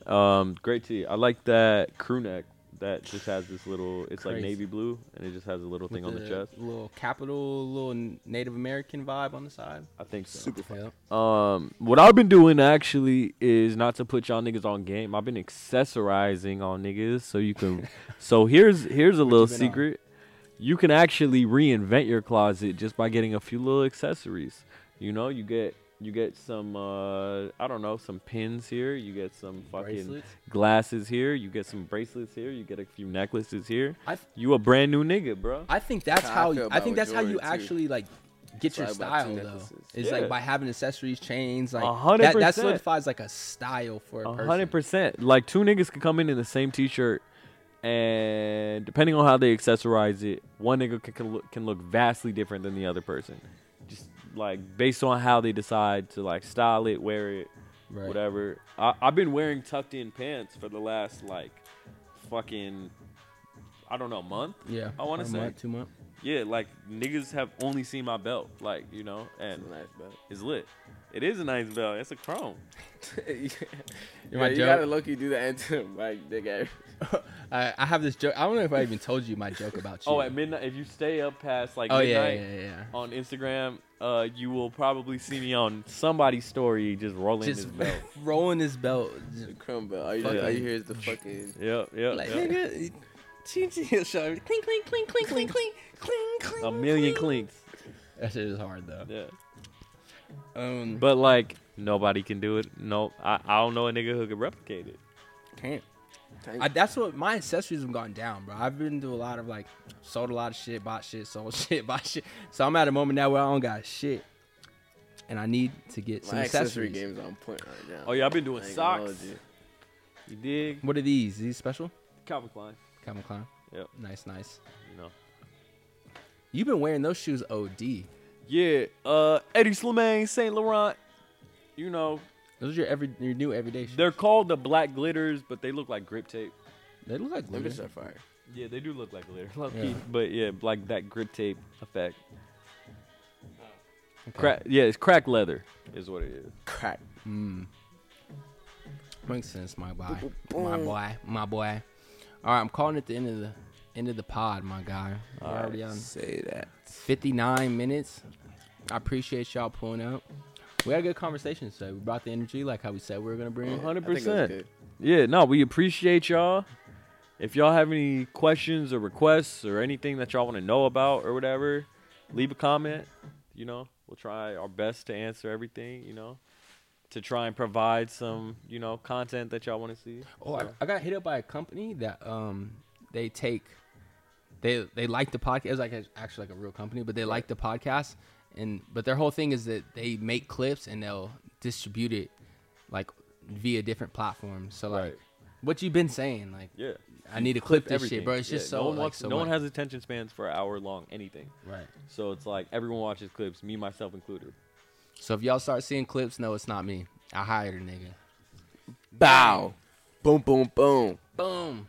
one.
Um, great tea. I like that crew neck that just has this little. It's like
Crazy.
navy blue, and it just has a little thing on the chest.
Little capital, little Native American vibe on the side.
I think so.
Yep.
Um, what I've been doing actually is not to put y'all niggas on game. I've been accessorizing on niggas, so you can. so here's here's a little
you been on?
secret. You can actually reinvent your closet just by getting a few little accessories. You know, you get you get some uh I don't know some pins here. You get some fucking
Bracelets?
glasses here. You get some bracelets here. You get a few necklaces here.
I th-
you a brand new nigga, bro.
I think that's
That's how
how
I feel
I
about
think that's how
Jordan,
you
too.
actually like get
That's
your
why I bought
style
two
though.
necklaces.
It's
Yeah.
like by having accessories, chains, like
A hundred
that, that
percent.
solidifies like a style for a
A
person.
hundred percent. Like two niggas could come in in the same T-shirt, and depending on how they accessorize it, one nigga can can look, can look vastly different than the other person. Just like based on how they decide to like style it, wear it,
Right.
whatever. I, I've been wearing tucked in pants for the last like fucking I don't know month.
Yeah,
I want
a
to say
month, two month.
yeah. Like niggas have only seen my belt, like you know, and
That's a nice belt.
it's lit. It is a nice belt. It's a chrome.
You're
yeah,
my
you
joke.
gotta look you do the anthem, like nigga.
I, I have this joke. I don't know if I even told you my joke about you.
Oh, at midnight, if you stay up past like
oh yeah,
midnight
yeah, yeah, yeah.
on Instagram, uh, you will probably see me on somebody's story just rolling
Just
his belt.
rolling his belt.
The crumb belt. All you,
Fuck
all
yeah.
you hear is the fucking.
Yep, yep,
Like
yep.
nigga, chin chin show. Clink clink clink clink clink clink clink clink.
a million clinks.
That shit is hard though.
Yeah,
Um,
but like nobody can do it. No, I, I don't know a nigga who could replicate it.
can't.
Dang.
I, that's what my accessories have gone down, bro. I've been through a lot of like sold a lot of shit, bought shit, sold shit, bought shit. So I'm at a moment now where I don't got shit, and I need to get some
My accessory
accessories.
game's on point right now.
Oh yeah, I've been doing
I ain't gonna
socks.
hold you.
You dig?
What are these? These special?
Calvin Klein.
Calvin Klein.
Yep.
Nice, nice.
You know.
You've been wearing those shoes, OD.
Yeah. Uh, Eddie Slimane, Saint Laurent. You know,
Those are your every your new everyday shoes.
they're called the black glitters, but they look like grip tape.
They look like
Them
glitter.
bitches are fire.
Yeah, they do look like glitter.
Yeah.
But yeah, like that grip tape effect. Crack, yeah, it's crack leather, is what it is.
Crack.
Mm-hmm. Makes sense, my boy.
boom.
My boy. My boy. All right, I'm calling it the end of the end of the pod, my guy. We're already on
Say that.
59 minutes. I appreciate y'all pulling out. We had a good conversation today. We brought the energy like how we said we were gonna bring it.
Hundred
I think it was
percent.
good.
Yeah, no, we appreciate y'all. If y'all have any questions or requests or anything that y'all want to know about or whatever, leave a comment. You know, we'll try our best to answer everything. You know, to try and provide some you know content that y'all want to see.
Oh, I, I got hit up by a company that um they take they they like the podcast. It was like a, actually like a real company, but they like the podcast and but their whole thing is that they make clips and they'll distribute it like via different platforms. So like
Right.
what you've been saying, like
Yeah,
I need to clip, this
everything.
shit, bro. It's
Yeah,
just
no
so
one
like,
wants-
so
no one
much.
has attention spans for an hour long anything.
right.
So it's like everyone watches clips, me myself included.
So if y'all start seeing clips, no, it's not me. I hired a nigga.
Bow. Boom, boom, boom.
Boom.